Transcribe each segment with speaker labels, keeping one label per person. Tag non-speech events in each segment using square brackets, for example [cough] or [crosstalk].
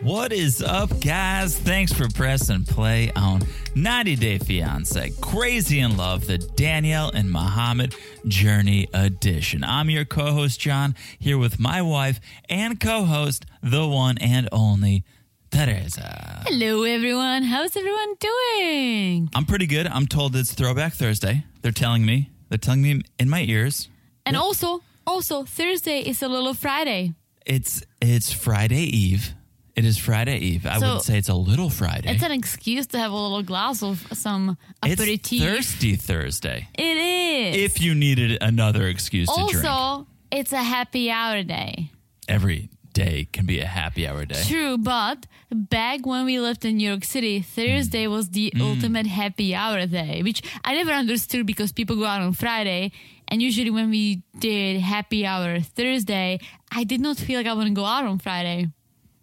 Speaker 1: What is up, guys? Thanks for pressing play on 90 Day Fiance Crazy in Love, the Danielle and Muhammad Journey Edition. I'm your co host, John, here with my wife and co host, the one and only Teresa.
Speaker 2: Hello, everyone. How's everyone doing?
Speaker 1: I'm pretty good. I'm told it's Throwback Thursday. They're telling me, they're telling me in my ears.
Speaker 2: And also, also Thursday is a little Friday.
Speaker 1: It's it's Friday Eve. It is Friday Eve. I
Speaker 2: So-
Speaker 1: wouldn't say it's a little Friday.
Speaker 2: It's an excuse to have a little glass of some
Speaker 1: It's
Speaker 2: aperitif.
Speaker 1: Thirsty Thursday.
Speaker 2: it is.
Speaker 1: If you needed another excuse to drink,
Speaker 2: also, it's a happy hour day.
Speaker 1: every day can be a happy hour day.
Speaker 2: True, but back when we lived in New York City, Thursday was the
Speaker 1: Mm.
Speaker 2: ultimate happy hour day, which I never understood because people go out on Friday. And usually, when we did happy hour Thursday, I did not feel like I want to go out on Friday,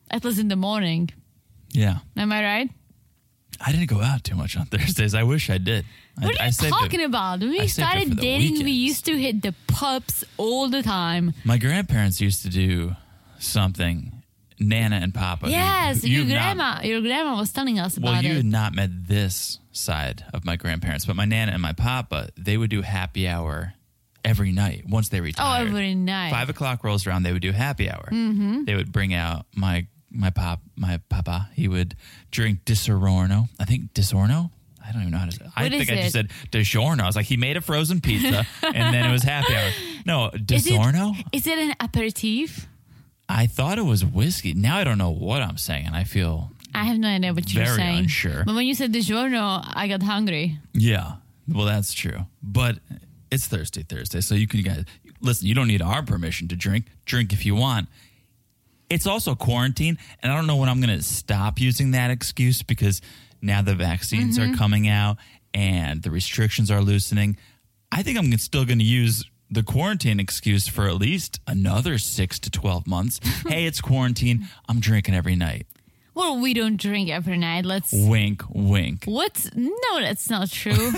Speaker 2: at least in the morning.
Speaker 1: Yeah.
Speaker 2: Am I right?
Speaker 1: I didn't go out too much on [laughs] Thursdays. I wish I did.
Speaker 2: What
Speaker 1: I,
Speaker 2: are
Speaker 1: I
Speaker 2: you
Speaker 1: saved it.
Speaker 2: talking about? When
Speaker 1: I
Speaker 2: we
Speaker 1: saved it for
Speaker 2: started
Speaker 1: the
Speaker 2: dating, we
Speaker 1: weekends.
Speaker 2: used to hit the pubs all the time.
Speaker 1: My grandparents used to do something. Nana and Papa. who-
Speaker 2: yes,
Speaker 1: who
Speaker 2: your
Speaker 1: you've not-
Speaker 2: grandma, your grandma was telling us about
Speaker 1: well, you
Speaker 2: it.
Speaker 1: had not met this side of my grandparents, but my Nana and my Papa, they would do happy hour every night once
Speaker 2: Oh,
Speaker 1: they retired.
Speaker 2: every night.
Speaker 1: Five o'clock rolls around, they would do happy hour. Mm-hmm. They would bring out my my pop my papa. He would drink disorno. I think disorno. I don't even know how to. Say. I
Speaker 2: What
Speaker 1: think
Speaker 2: is
Speaker 1: I just
Speaker 2: it?
Speaker 1: said DiGiorno. I was like, he made a frozen pizza, and then it was happy hour. No,
Speaker 2: [laughs] Is it-
Speaker 1: disorno.
Speaker 2: Is it an aperitif?
Speaker 1: I thought it was whiskey. Now I don't know what I'm saying, and I feel
Speaker 2: I have no idea what you're
Speaker 1: Very
Speaker 2: saying.
Speaker 1: unsure.
Speaker 2: But when you said DiGiorno, I got hungry.
Speaker 1: Yeah. Well, that's true. But it's Thursday, Thursday. So you can guys listen, you don't need our permission to drink. Drink if you want. It's also quarantine, and I don't know when I'm going to stop using that excuse because now the vaccines are coming out and the restrictions are loosening. I think I'm still going to use the quarantine excuse for at least another 6 to 12 months. hey, it's quarantine. I'm drinking every night.
Speaker 2: Well, we don't drink every night. Let's.
Speaker 1: Wink, wink.
Speaker 2: What? No, that's
Speaker 1: [laughs]
Speaker 2: not true.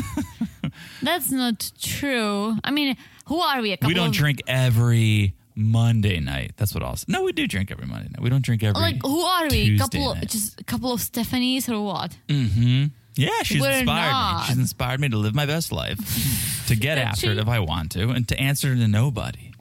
Speaker 2: that's not true. I mean, who are we? A couple
Speaker 1: we don't
Speaker 2: of,
Speaker 1: drink every Monday night. That's what I'll say. No, we do drink every Monday night. We don't drink every.
Speaker 2: Like, who are
Speaker 1: Tuesday
Speaker 2: we? couple,
Speaker 1: night.
Speaker 2: just a couple of Stephanies or what?
Speaker 1: yeah, she's
Speaker 2: We're
Speaker 1: inspired me.
Speaker 2: not.
Speaker 1: She's inspired me to live my best
Speaker 2: [laughs]
Speaker 1: life, to get after it
Speaker 2: she?
Speaker 1: if I want to, and to answer to nobody.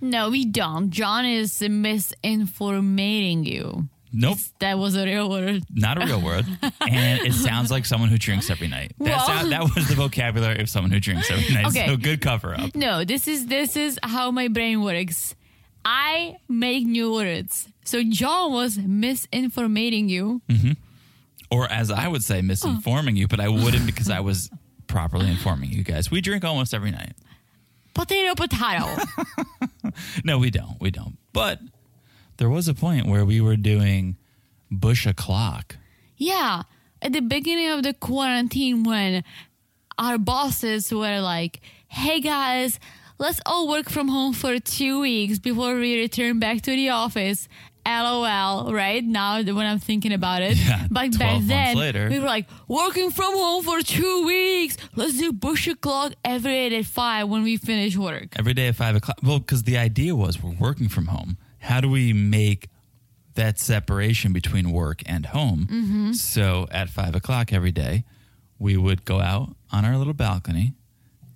Speaker 2: No, we don't. John is misinformating you.
Speaker 1: Nope,
Speaker 2: That was a real word.
Speaker 1: not a real
Speaker 2: [laughs]
Speaker 1: word. and it sounds like someone who drinks every night. That,
Speaker 2: Well-
Speaker 1: sound- that was the vocabulary of someone who drinks every night.
Speaker 2: Okay.
Speaker 1: So good cover up.
Speaker 2: No, this is this is how my brain works. I make new words. So John was misinformating you.
Speaker 1: Or as I would say, misinforming you, but I wouldn't because I was properly informing you guys. We drink almost every night.
Speaker 2: Potato potato.
Speaker 1: No, we don't. We don't. But there was a point where we were doing Bush o'clock.
Speaker 2: yeah. At the beginning of the quarantine when our bosses were like, "Hey guys, let's all work from home for 2 weeks before we return back to the office." LOL, right? Now that when I'm thinking about
Speaker 1: [laughs]
Speaker 2: it.
Speaker 1: Yeah,
Speaker 2: but
Speaker 1: 12
Speaker 2: back
Speaker 1: months
Speaker 2: then
Speaker 1: later.
Speaker 2: we were like working from home for 2 weeks. Let's do bush o'clock every day at 5 when we finish work.
Speaker 1: Every day at five o'clock. Well, because the idea was we're working from home. How do we make that separation between work and home?
Speaker 2: Mm-hmm.
Speaker 1: So at five o'clock every day, we would go out on our little balcony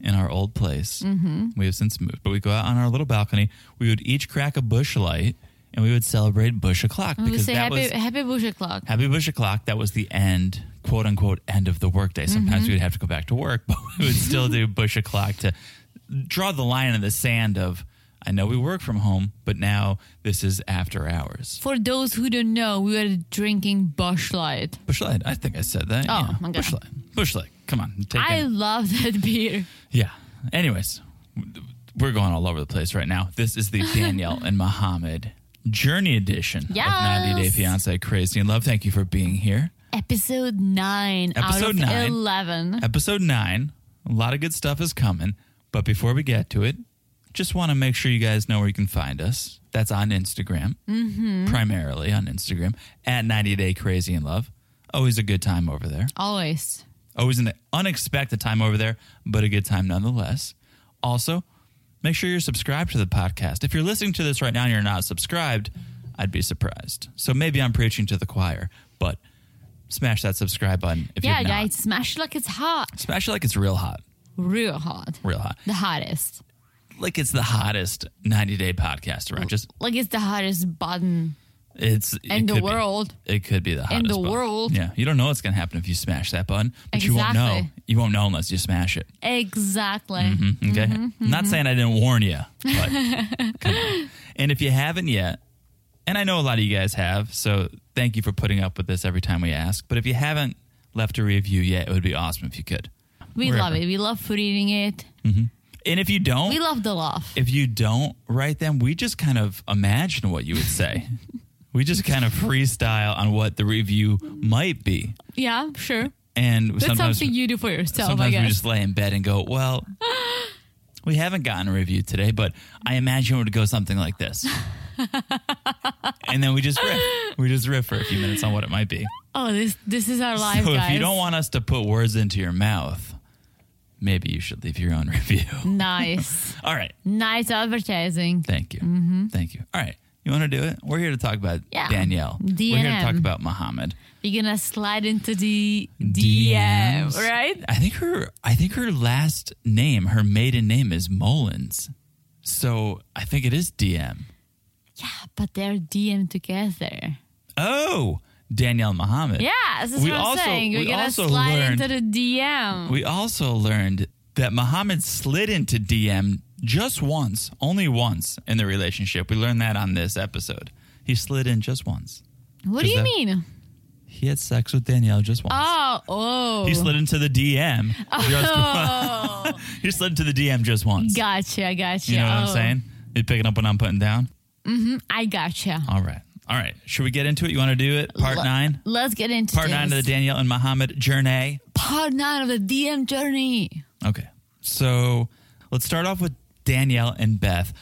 Speaker 1: in our old place.
Speaker 2: Mm-hmm.
Speaker 1: We have since moved, but we go out on our little balcony. We would each crack a bush light and we would celebrate Bush o'clock
Speaker 2: And we
Speaker 1: because
Speaker 2: say
Speaker 1: that
Speaker 2: happy
Speaker 1: was
Speaker 2: happy bush o'clock.
Speaker 1: Happy Bush o'clock. That was the end, quote unquote, end of the workday. Sometimes
Speaker 2: Mm-hmm.
Speaker 1: we'd have to [laughs]
Speaker 2: [laughs]
Speaker 1: go back to work, but we would still do Bush o'clock to draw the line in the sand of I know we work from home, but now this is after hours.
Speaker 2: For those who don't know, we were drinking Bush Light.
Speaker 1: Bushlight, I think I said that.
Speaker 2: Oh,
Speaker 1: yeah.
Speaker 2: okay.
Speaker 1: Bushlight, Bushlight, come on, take
Speaker 2: I
Speaker 1: it.
Speaker 2: love that [laughs] beer.
Speaker 1: Yeah. Anyways, we're going all over the place right now. This
Speaker 2: [laughs]
Speaker 1: is the Danielle and Mohammed Journey Edition of 90 Day
Speaker 2: Yes.
Speaker 1: Fiance Crazy in Love. Thank you for being here.
Speaker 2: Episode 9 out
Speaker 1: Episode
Speaker 2: of
Speaker 1: nine.
Speaker 2: 11.
Speaker 1: Episode nine. A lot of good stuff is coming. But before we get to it, just want to make sure you guys know where you can find us. That's on Instagram,
Speaker 2: Mm-hmm.
Speaker 1: primarily on Instagram, at 90 Day Crazy in Love. Always a good time over there.
Speaker 2: Always.
Speaker 1: Always an unexpected time over there, but a good time nonetheless. Also, make sure you're subscribed to the podcast. If you're listening to this right now and you're not subscribed, I'd be surprised. So maybe I'm preaching to the choir, but smash that subscribe button if
Speaker 2: Yeah,
Speaker 1: you're not.
Speaker 2: guys, smash it like it's hot.
Speaker 1: Smash it like it's real hot,
Speaker 2: Real hot.
Speaker 1: real hot.
Speaker 2: The hottest.
Speaker 1: Like it's the hottest 90 day podcast around. Just
Speaker 2: Like it's the hottest button.
Speaker 1: it's it
Speaker 2: In the
Speaker 1: could be-
Speaker 2: world.
Speaker 1: it could be the hottest
Speaker 2: the
Speaker 1: button.
Speaker 2: world.
Speaker 1: Yeah, you don't know what's gonna happen if you smash that button, but you won't know.
Speaker 2: Exactly.
Speaker 1: You won't know unless you smash it. Mm-hmm.
Speaker 2: Exactly.
Speaker 1: Okay.
Speaker 2: Mm-hmm,
Speaker 1: I'm not saying I didn't warn you, but
Speaker 2: [laughs]
Speaker 1: come on. And if you haven't yet, and I know a lot of you guys have, so thank you for putting up with this every time we ask. But if you haven't left a review yet, it would be awesome if you could.
Speaker 2: We
Speaker 1: Wherever.
Speaker 2: love it. We love for eating it.
Speaker 1: And if you don't,
Speaker 2: We love the love.
Speaker 1: if you don't write them, we just kind of imagine what you would say. we just kind of freestyle on what the review might be.
Speaker 2: Yeah, sure.
Speaker 1: And
Speaker 2: That's
Speaker 1: sometimes
Speaker 2: something you do for yourself, I
Speaker 1: sometimes we
Speaker 2: guess.
Speaker 1: just lay in bed and go, well,
Speaker 2: [gasps]
Speaker 1: we haven't gotten a review today, but I imagine it would go something like
Speaker 2: [laughs]
Speaker 1: this. and then we just riff. We just riff for a few minutes on what it might be.
Speaker 2: Oh, this this is our life,
Speaker 1: so
Speaker 2: guys.
Speaker 1: if you don't want us to put words into your mouth, maybe you should leave your own review.
Speaker 2: nice,
Speaker 1: [laughs] All right.
Speaker 2: nice advertising.
Speaker 1: Thank you. Thank you. All right. You want to do it? We're here to talk about
Speaker 2: Mm-hmm. Yeah.
Speaker 1: Danielle. We're here to talk
Speaker 2: DNM.
Speaker 1: about Muhammad.
Speaker 2: We're gonna slide into the DM,
Speaker 1: DMs.
Speaker 2: right?
Speaker 1: I think her I think her last name, her maiden name is Mullins. So I think it is DM.
Speaker 2: But they're DM together.
Speaker 1: Oh, Danielle Muhammad.
Speaker 2: Yeah, this is
Speaker 1: We
Speaker 2: what I'm
Speaker 1: also-
Speaker 2: saying. We're
Speaker 1: we
Speaker 2: gonna
Speaker 1: also
Speaker 2: slide
Speaker 1: learned-
Speaker 2: into the DM.
Speaker 1: We also learned that Muhammad slid into DM just once, only once in the relationship. We learned that on this episode. He slid in just once.
Speaker 2: what do
Speaker 1: is
Speaker 2: you
Speaker 1: that-
Speaker 2: mean?
Speaker 1: He had sex with Danielle just once.
Speaker 2: Oh, oh,
Speaker 1: He slid into the DM. Just once. [laughs] he slid into the DM just once.
Speaker 2: gotcha, gotcha.
Speaker 1: you know what I'm
Speaker 2: Oh,
Speaker 1: saying? You picking up what I'm putting down?
Speaker 2: I gotcha.
Speaker 1: All right. All right. Should we get into it? You want to do it? Part
Speaker 2: Le-
Speaker 1: nine?
Speaker 2: Let's get into
Speaker 1: Part
Speaker 2: this.
Speaker 1: nine of the Danielle and Muhammad journey.
Speaker 2: part nine of the DM journey.
Speaker 1: Okay. So let's start off with Danielle and Beth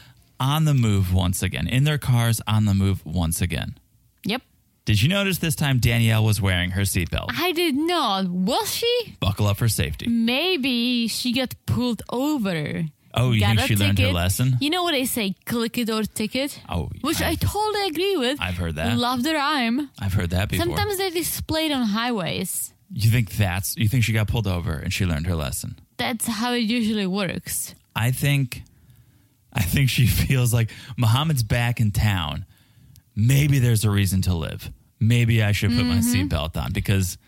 Speaker 1: on the move once again, in their cars on the move once again.
Speaker 2: Yep,
Speaker 1: Did you notice this time Danielle was wearing her seatbelt?
Speaker 2: I Mm. did not. Was she?
Speaker 1: Buckle up for safety.
Speaker 2: maybe she got pulled over.
Speaker 1: Oh, you
Speaker 2: Got
Speaker 1: think
Speaker 2: a
Speaker 1: she learned her
Speaker 2: ticket.
Speaker 1: lesson?
Speaker 2: You know what they say, click it or ticket?
Speaker 1: Oh,
Speaker 2: Which I,
Speaker 1: I-
Speaker 2: totally agree with.
Speaker 1: I've heard that.
Speaker 2: Love the rhyme.
Speaker 1: I've heard that before.
Speaker 2: Sometimes they're displayed on highways.
Speaker 1: you think that's you think she got pulled over and she learned her lesson?
Speaker 2: That's how it usually works.
Speaker 1: I think I think she [laughs] feels like Muhammad's back in town. Maybe there's a reason to live. Maybe I should put my
Speaker 2: Mm-hmm.
Speaker 1: seatbelt on because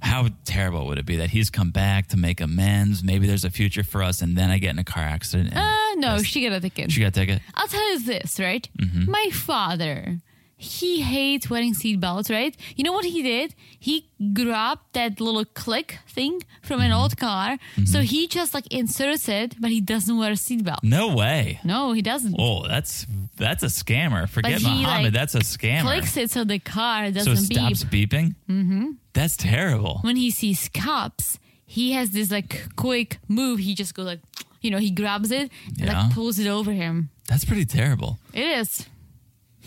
Speaker 1: how terrible would it be that he's come back to make amends? Maybe there's a future for us, and then I get in a car accident. And
Speaker 2: Uh, no, she got a ticket.
Speaker 1: she got a ticket.
Speaker 2: I'll tell you this, right?
Speaker 1: Mm-hmm.
Speaker 2: My father, he hates wearing seatbelts, right? You know what he did? He grabbed that little click thing from
Speaker 1: Mm-hmm.
Speaker 2: an old car. So he just like inserts it, but he doesn't wear a seatbelt.
Speaker 1: No way.
Speaker 2: No, he doesn't.
Speaker 1: Oh, that's that's a scammer. Forget
Speaker 2: he,
Speaker 1: Muhammad.
Speaker 2: like,
Speaker 1: that's a scammer.
Speaker 2: clicks it so the car
Speaker 1: so
Speaker 2: doesn't
Speaker 1: it stops
Speaker 2: beep.
Speaker 1: beeping. Mm-hmm. That's terrible.
Speaker 2: When he sees cops, he has this like quick move. He just goes like, you know, he grabs it and
Speaker 1: Yeah.
Speaker 2: like pulls it over him.
Speaker 1: That's pretty terrible.
Speaker 2: It is.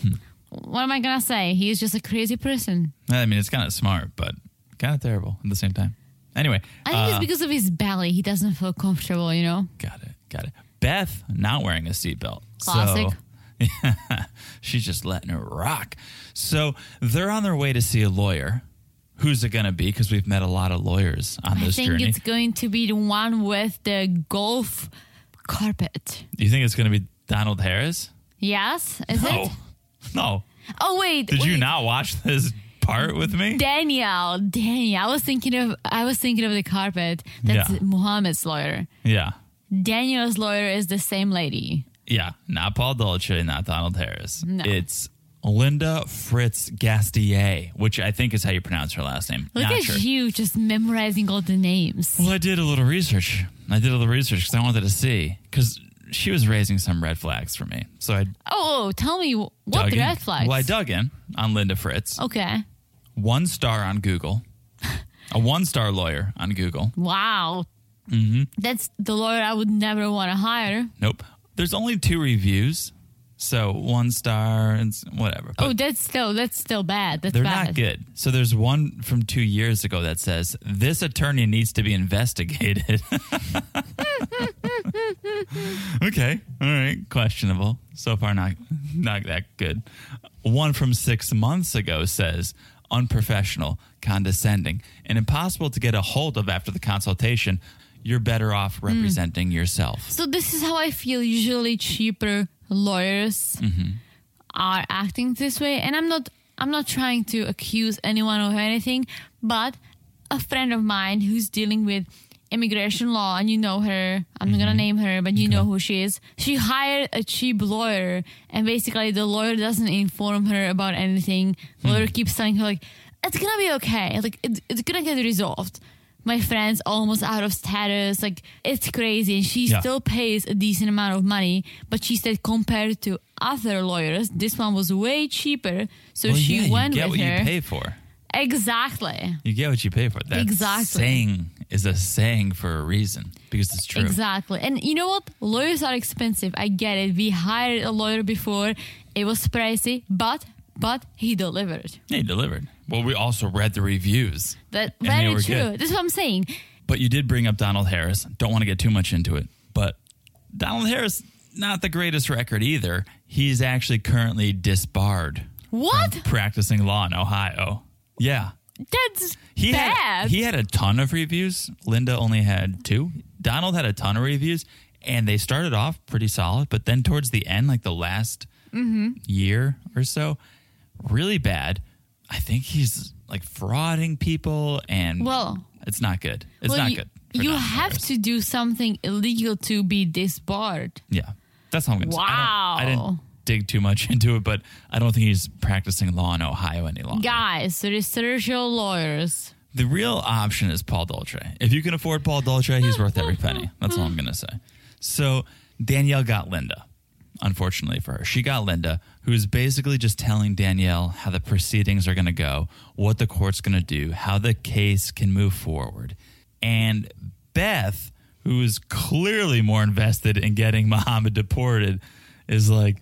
Speaker 1: Hmm.
Speaker 2: What am I gonna say? He is just a crazy person.
Speaker 1: I mean, it's kind of smart, but kind of terrible at the same time. Anyway, uh,
Speaker 2: I think it's because of his belly. He doesn't feel comfortable, you know.
Speaker 1: Got it. Got it. Beth not wearing a seatbelt.
Speaker 2: Classic.
Speaker 1: So, [laughs] she's just letting it rock. So they're on their way to see a lawyer. Who's it going to be? Because we've met a lot of lawyers on
Speaker 2: I
Speaker 1: this
Speaker 2: think
Speaker 1: journey.
Speaker 2: it's going to be the one with the golf carpet.
Speaker 1: Do you think it's going to be Donald Harris?
Speaker 2: Yes, is
Speaker 1: No.
Speaker 2: it?
Speaker 1: No. [laughs]
Speaker 2: Oh wait,
Speaker 1: Did you
Speaker 2: wait.
Speaker 1: not watch this part with me?
Speaker 2: Danielle, Danielle. I was thinking of I was thinking of the carpet. That's
Speaker 1: Yeah.
Speaker 2: Muhammad's lawyer.
Speaker 1: yeah.
Speaker 2: Daniel's lawyer is the same lady.
Speaker 1: yeah, not Paul Dolce, not Donald Harris.
Speaker 2: No.
Speaker 1: It's Linda Fritz Gastier, which I think is how you pronounce her last name.
Speaker 2: Look
Speaker 1: not
Speaker 2: at
Speaker 1: sure.
Speaker 2: you just memorizing all the names.
Speaker 1: Well, I did a little research. I did a little research because I wanted to see because she was raising some red flags for me. So I
Speaker 2: Oh, oh, tell me what
Speaker 1: dug in.
Speaker 2: red flags. Oh.
Speaker 1: Well, I dug in on Linda Fritz.
Speaker 2: Okay.
Speaker 1: One star on
Speaker 2: [laughs]
Speaker 1: Google. a one star lawyer on Google.
Speaker 2: Wow.
Speaker 1: Mm-hmm.
Speaker 2: That's the lawyer I would never want to hire.
Speaker 1: Nope. There's only two reviews, so one star and s- whatever. But
Speaker 2: oh, that's still that's still bad. That's
Speaker 1: they're
Speaker 2: bad.
Speaker 1: not good. So there's one from two years ago that says this attorney needs to be investigated. [laughs] okay, all right, questionable. So far, not not that good. One from six months ago says unprofessional, condescending, and impossible to get a hold of after the consultation. You're better off
Speaker 2: Hmm.
Speaker 1: representing yourself.
Speaker 2: So this is how I feel. Usually, cheaper lawyers are acting this way, and I'm not. I'm not trying to accuse anyone of anything, but a friend of mine who's dealing with immigration law, and you know her. I'm not gonna name her, but you know who she is. She hired a cheap lawyer, and basically, the lawyer doesn't inform her about anything. Lawyer keeps telling her like, "It's gonna be okay. Like, it, it's gonna get resolved." My friend's almost out of status. Like, it's crazy, and she
Speaker 1: Yeah.
Speaker 2: still pays a decent amount of money, but she said compared to other lawyers, this one was way cheaper. So
Speaker 1: Well,
Speaker 2: she
Speaker 1: yeah, you
Speaker 2: went
Speaker 1: get
Speaker 2: with
Speaker 1: what
Speaker 2: her.
Speaker 1: you pay for.
Speaker 2: Exactly.
Speaker 1: You get what you pay for. That
Speaker 2: Exactly.
Speaker 1: saying is a saying for a reason because it's true.
Speaker 2: Exactly. And you know what? Lawyers are expensive. I get it. We hired a lawyer before. It was pricey, but but he delivered.
Speaker 1: They delivered. Well, we also read the reviews.
Speaker 2: That
Speaker 1: And they
Speaker 2: very
Speaker 1: were
Speaker 2: true.
Speaker 1: good.
Speaker 2: This is what I'm saying.
Speaker 1: But you did bring up Donald Harris. Don't want to get too much into it, but Donald Harris not the greatest record either. He's actually currently disbarred
Speaker 2: What?
Speaker 1: practicing law in Ohio. Yeah.
Speaker 2: That's
Speaker 1: Um, He
Speaker 2: bad.
Speaker 1: had he had a ton of reviews. Linda only had two. Donald had a ton of reviews and they started off pretty solid, but then towards the end like the last
Speaker 2: Mm-hmm.
Speaker 1: year or so, really bad. I think he's like frauding people and
Speaker 2: Well-
Speaker 1: it's not good. It's
Speaker 2: Well,
Speaker 1: not
Speaker 2: you,
Speaker 1: good. for
Speaker 2: You
Speaker 1: Donald
Speaker 2: have
Speaker 1: Harris.
Speaker 2: to do something illegal to be disbarred.
Speaker 1: Yeah. That's how I'm going to
Speaker 2: Wow.
Speaker 1: I didn't dig too much [laughs] into it, but I don't think he's practicing law in Ohio any longer.
Speaker 2: Guys, research your lawyers.
Speaker 1: The real option is Paul Dolce. If you can afford Paul Dolce, he's worth every penny. That's all I'm going to say. So Danielle got Linda, unfortunately for her. She got Linda, who's basically just telling Danielle how the proceedings are going to go, what the court's going to do, how the case can move forward. And Beth, who is clearly more invested in getting [laughs] Muhammad deported, is like,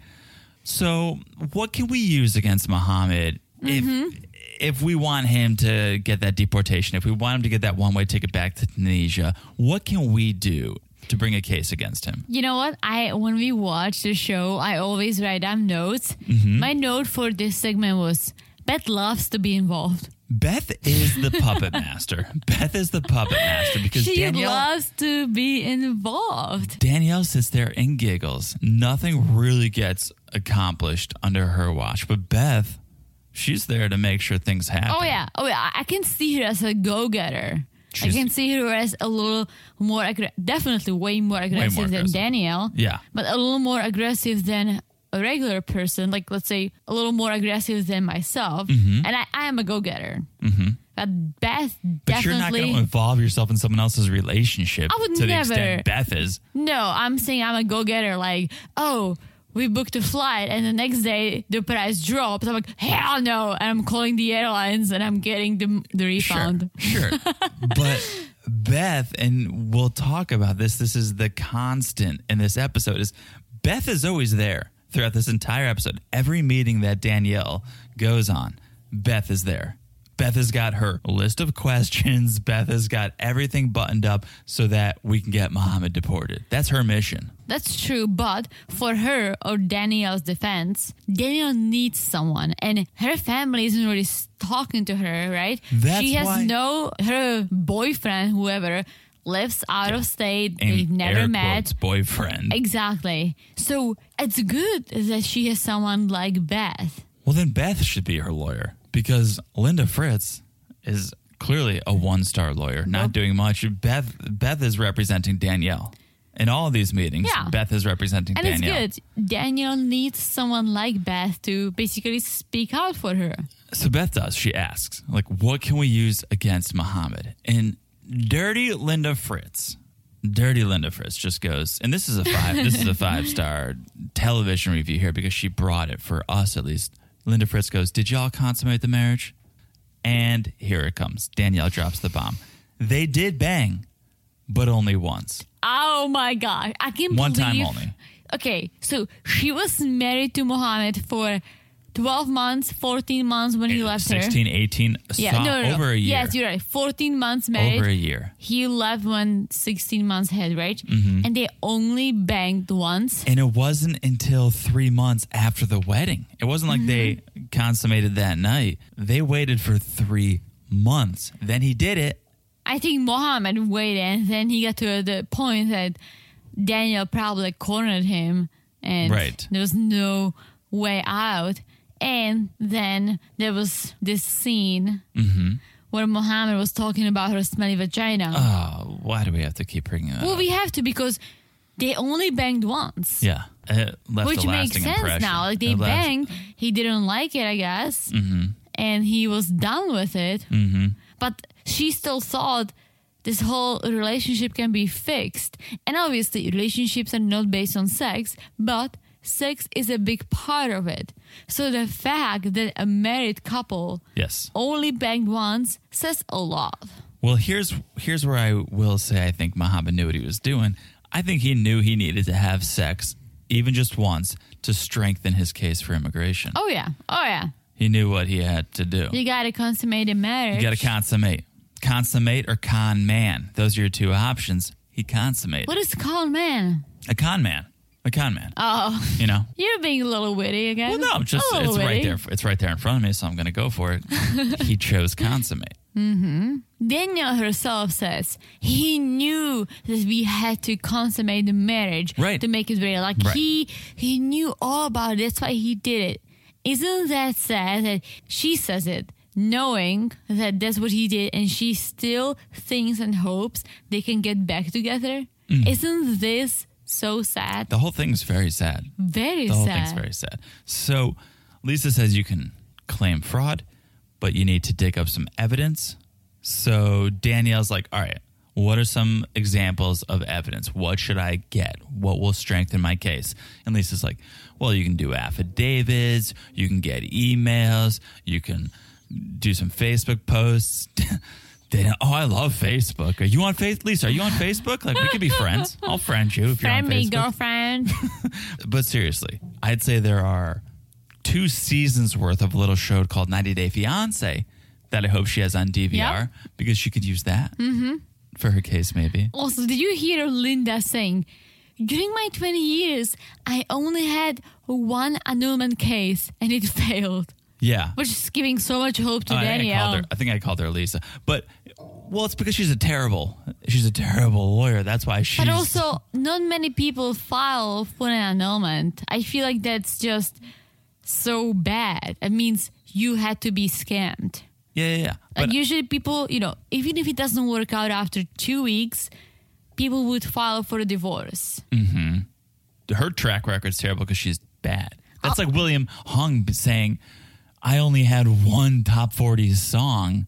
Speaker 1: so, what can we use against Muhammad
Speaker 2: Mm-hmm.
Speaker 1: if if we want him to get that deportation, if we want him to get that one way ticket back to Tunisia? What can we do to bring a case against him?
Speaker 2: You know what? I when we watch the show, I always write down notes.
Speaker 1: Mm-hmm.
Speaker 2: My note for this segment was Beth loves to be involved.
Speaker 1: Beth is the puppet master. [laughs] Beth is the puppet master because
Speaker 2: She
Speaker 1: Danielle
Speaker 2: loves to be involved.
Speaker 1: Danielle sits there and giggles. Nothing really gets accomplished under her watch, but Beth, she's there to make sure things happen.
Speaker 2: Oh yeah, oh yeah. I- I can see her as a go-getter.
Speaker 1: She's-
Speaker 2: I can see her as a little more aggra- definitely way more aggressive than
Speaker 1: aggressive.
Speaker 2: Danielle.
Speaker 1: Yeah.
Speaker 2: but a little more aggressive than a regular person. Like let's say a little more aggressive than myself,
Speaker 1: Mm-hmm.
Speaker 2: and I, I am a go-getter. Mm-hmm. But Beth
Speaker 1: But you're not
Speaker 2: definitely
Speaker 1: going to involve yourself in someone else's relationship
Speaker 2: I would
Speaker 1: to the
Speaker 2: never.
Speaker 1: extent Beth is.
Speaker 2: No, I'm saying I'm a go getter. Like, oh, we booked a flight, and the next day the price drops. I'm like, hell no! And I'm calling the airlines, and I'm getting the the refund.
Speaker 1: Sure,
Speaker 2: [laughs]
Speaker 1: sure. but Beth, and we'll talk about this. This is the constant in this episode is Beth is always there throughout this entire episode. Every meeting that Danielle goes on, Beth is there. Beth has got her list of questions. [laughs] Beth has got everything buttoned up so that we can get Muhammad deported. That's her mission.
Speaker 2: That's true, but for her or Danielle's defense, Danielle needs someone, and her family isn't really s- talking to her, right?
Speaker 1: That's
Speaker 2: she has
Speaker 1: why-
Speaker 2: no her boyfriend, whoever lives out of state.
Speaker 1: And
Speaker 2: They've never
Speaker 1: air
Speaker 2: met.
Speaker 1: quotes, boyfriend.
Speaker 2: Exactly. So it's good that she has someone like Beth.
Speaker 1: Well, then Beth should be her lawyer because Linda Fritz is clearly a one-star lawyer, not doing much. Beth Beth is representing Danielle. In all these meetings,
Speaker 2: Yeah.
Speaker 1: Beth is representing
Speaker 2: And
Speaker 1: Danielle.
Speaker 2: it's good. Danielle needs someone like Beth to basically speak out for her.
Speaker 1: So Beth does. She asks, like, what can we use against Muhammad? And dirty Linda Fritz, dirty Linda Fritz just goes, and this is a five, this
Speaker 2: [laughs]
Speaker 1: is a five star television review here because she brought it for us at least. Linda Fritz goes, did y'all consummate the marriage? And here it comes. Danielle drops the bomb. They did bang, but only once.
Speaker 2: Oh my god. I can
Speaker 1: One time
Speaker 2: believe.
Speaker 1: only.
Speaker 2: Okay, so she was married to Mohammed for 12 months, 14 months when he left her.
Speaker 1: 16, 18, so- over a year.
Speaker 2: Yes, you're right. 14 months married.
Speaker 1: over a year. Mm-hmm.
Speaker 2: He left when 16 months had, right? And they only banged once.
Speaker 1: And it wasn't until three months after the wedding. It wasn't like they
Speaker 2: Mm-hmm.
Speaker 1: consummated that night. They waited for three months. Then he did it.
Speaker 2: I think Mohammed waited, and then he got to the point that Daniel probably cornered him, and
Speaker 1: Right.
Speaker 2: there was no way out. And then there was this scene
Speaker 1: Mm-hmm.
Speaker 2: where Mohammed was talking about her smelly vagina.
Speaker 1: Oh, why do we have to keep bringing that?
Speaker 2: well,
Speaker 1: up?
Speaker 2: we have to because they only banged once.
Speaker 1: yeah, it left
Speaker 2: Which
Speaker 1: a
Speaker 2: makes
Speaker 1: lasting
Speaker 2: sense
Speaker 1: impression.
Speaker 2: now. Like they
Speaker 1: It left-
Speaker 2: banged, he didn't like it, I guess,
Speaker 1: Mm-hmm.
Speaker 2: and he was done with it. But she still thought this whole relationship can be fixed, and obviously relationships are not based on sex, but sex is a big part of it. So the fact that a married couple
Speaker 1: Yes.
Speaker 2: only banged once says a lot.
Speaker 1: Well, here's here's where I will say I think Muhammad knew what he was doing. I think he knew he needed to have sex, even just once, to strengthen his case for immigration.
Speaker 2: Oh yeah, oh yeah.
Speaker 1: He knew what he had to do.
Speaker 2: You gotta consummate a marriage.
Speaker 1: You got to consummate. Consummate or con man. Those are your two options. He consummated.
Speaker 2: what is called man?
Speaker 1: a con man. A con man.
Speaker 2: Oh,
Speaker 1: you
Speaker 2: [laughs]
Speaker 1: know?
Speaker 2: you're being a little witty again.
Speaker 1: Well, no, just
Speaker 2: a little
Speaker 1: it's right
Speaker 2: witty.
Speaker 1: there. It's right there in front of me, so I'm going to go for
Speaker 2: [laughs]
Speaker 1: it. he chose consummate.
Speaker 2: Danielle herself says he knew that we had to consummate the marriage
Speaker 1: Right.
Speaker 2: to make it real. Like
Speaker 1: Right.
Speaker 2: he he knew all about it. That's why he did it. Isn't that sad that she says it, knowing that that's what he did, and she still thinks and hopes they can get back together? Isn't this so sad?
Speaker 1: Mm. The whole thing's very sad.
Speaker 2: Very
Speaker 1: The whole
Speaker 2: sad.
Speaker 1: thing's very sad. So Lisa says you can claim fraud, but you need to dig up some evidence. So Danielle's like, all right, what are some examples of evidence? What should I get? What will strengthen my case? And Lisa's like, well, you can do affidavits, you can get emails, you can do some Facebook posts. [laughs] They don't, oh, I love Facebook. Are you on Facebook? Lisa, are you on Facebook? Like, we could be friends. I'll friend you if you're
Speaker 2: Friend
Speaker 1: on
Speaker 2: me,
Speaker 1: Facebook
Speaker 2: girlfriend.
Speaker 1: but seriously, I'd say there are two seasons worth of a little show called 90 Day Fiance that I hope she has on DVR because she could use that
Speaker 2: Mm-hmm.
Speaker 1: for her case, maybe.
Speaker 2: Also, did you hear Linda saying, during my 20 years, I only had one annulment case and it [laughs] failed?
Speaker 1: Yeah.
Speaker 2: Which is giving so much hope to
Speaker 1: I- I,
Speaker 2: Danielle.
Speaker 1: called her, I think I called her Lisa. But, well, it's because she's a terrible, she's a terrible lawyer. That's why she's.
Speaker 2: But also, not many people file for an annulment. I feel like that's just so bad. It means you had to be scammed.
Speaker 1: Yeah, yeah, yeah.
Speaker 2: Like
Speaker 1: But
Speaker 2: usually people, you know, even if it doesn't work out after two weeks, people would file for a divorce.
Speaker 1: her track record's terrible because she's bad. That's
Speaker 2: Oh.
Speaker 1: like William Hung saying, I only had one top 40 song.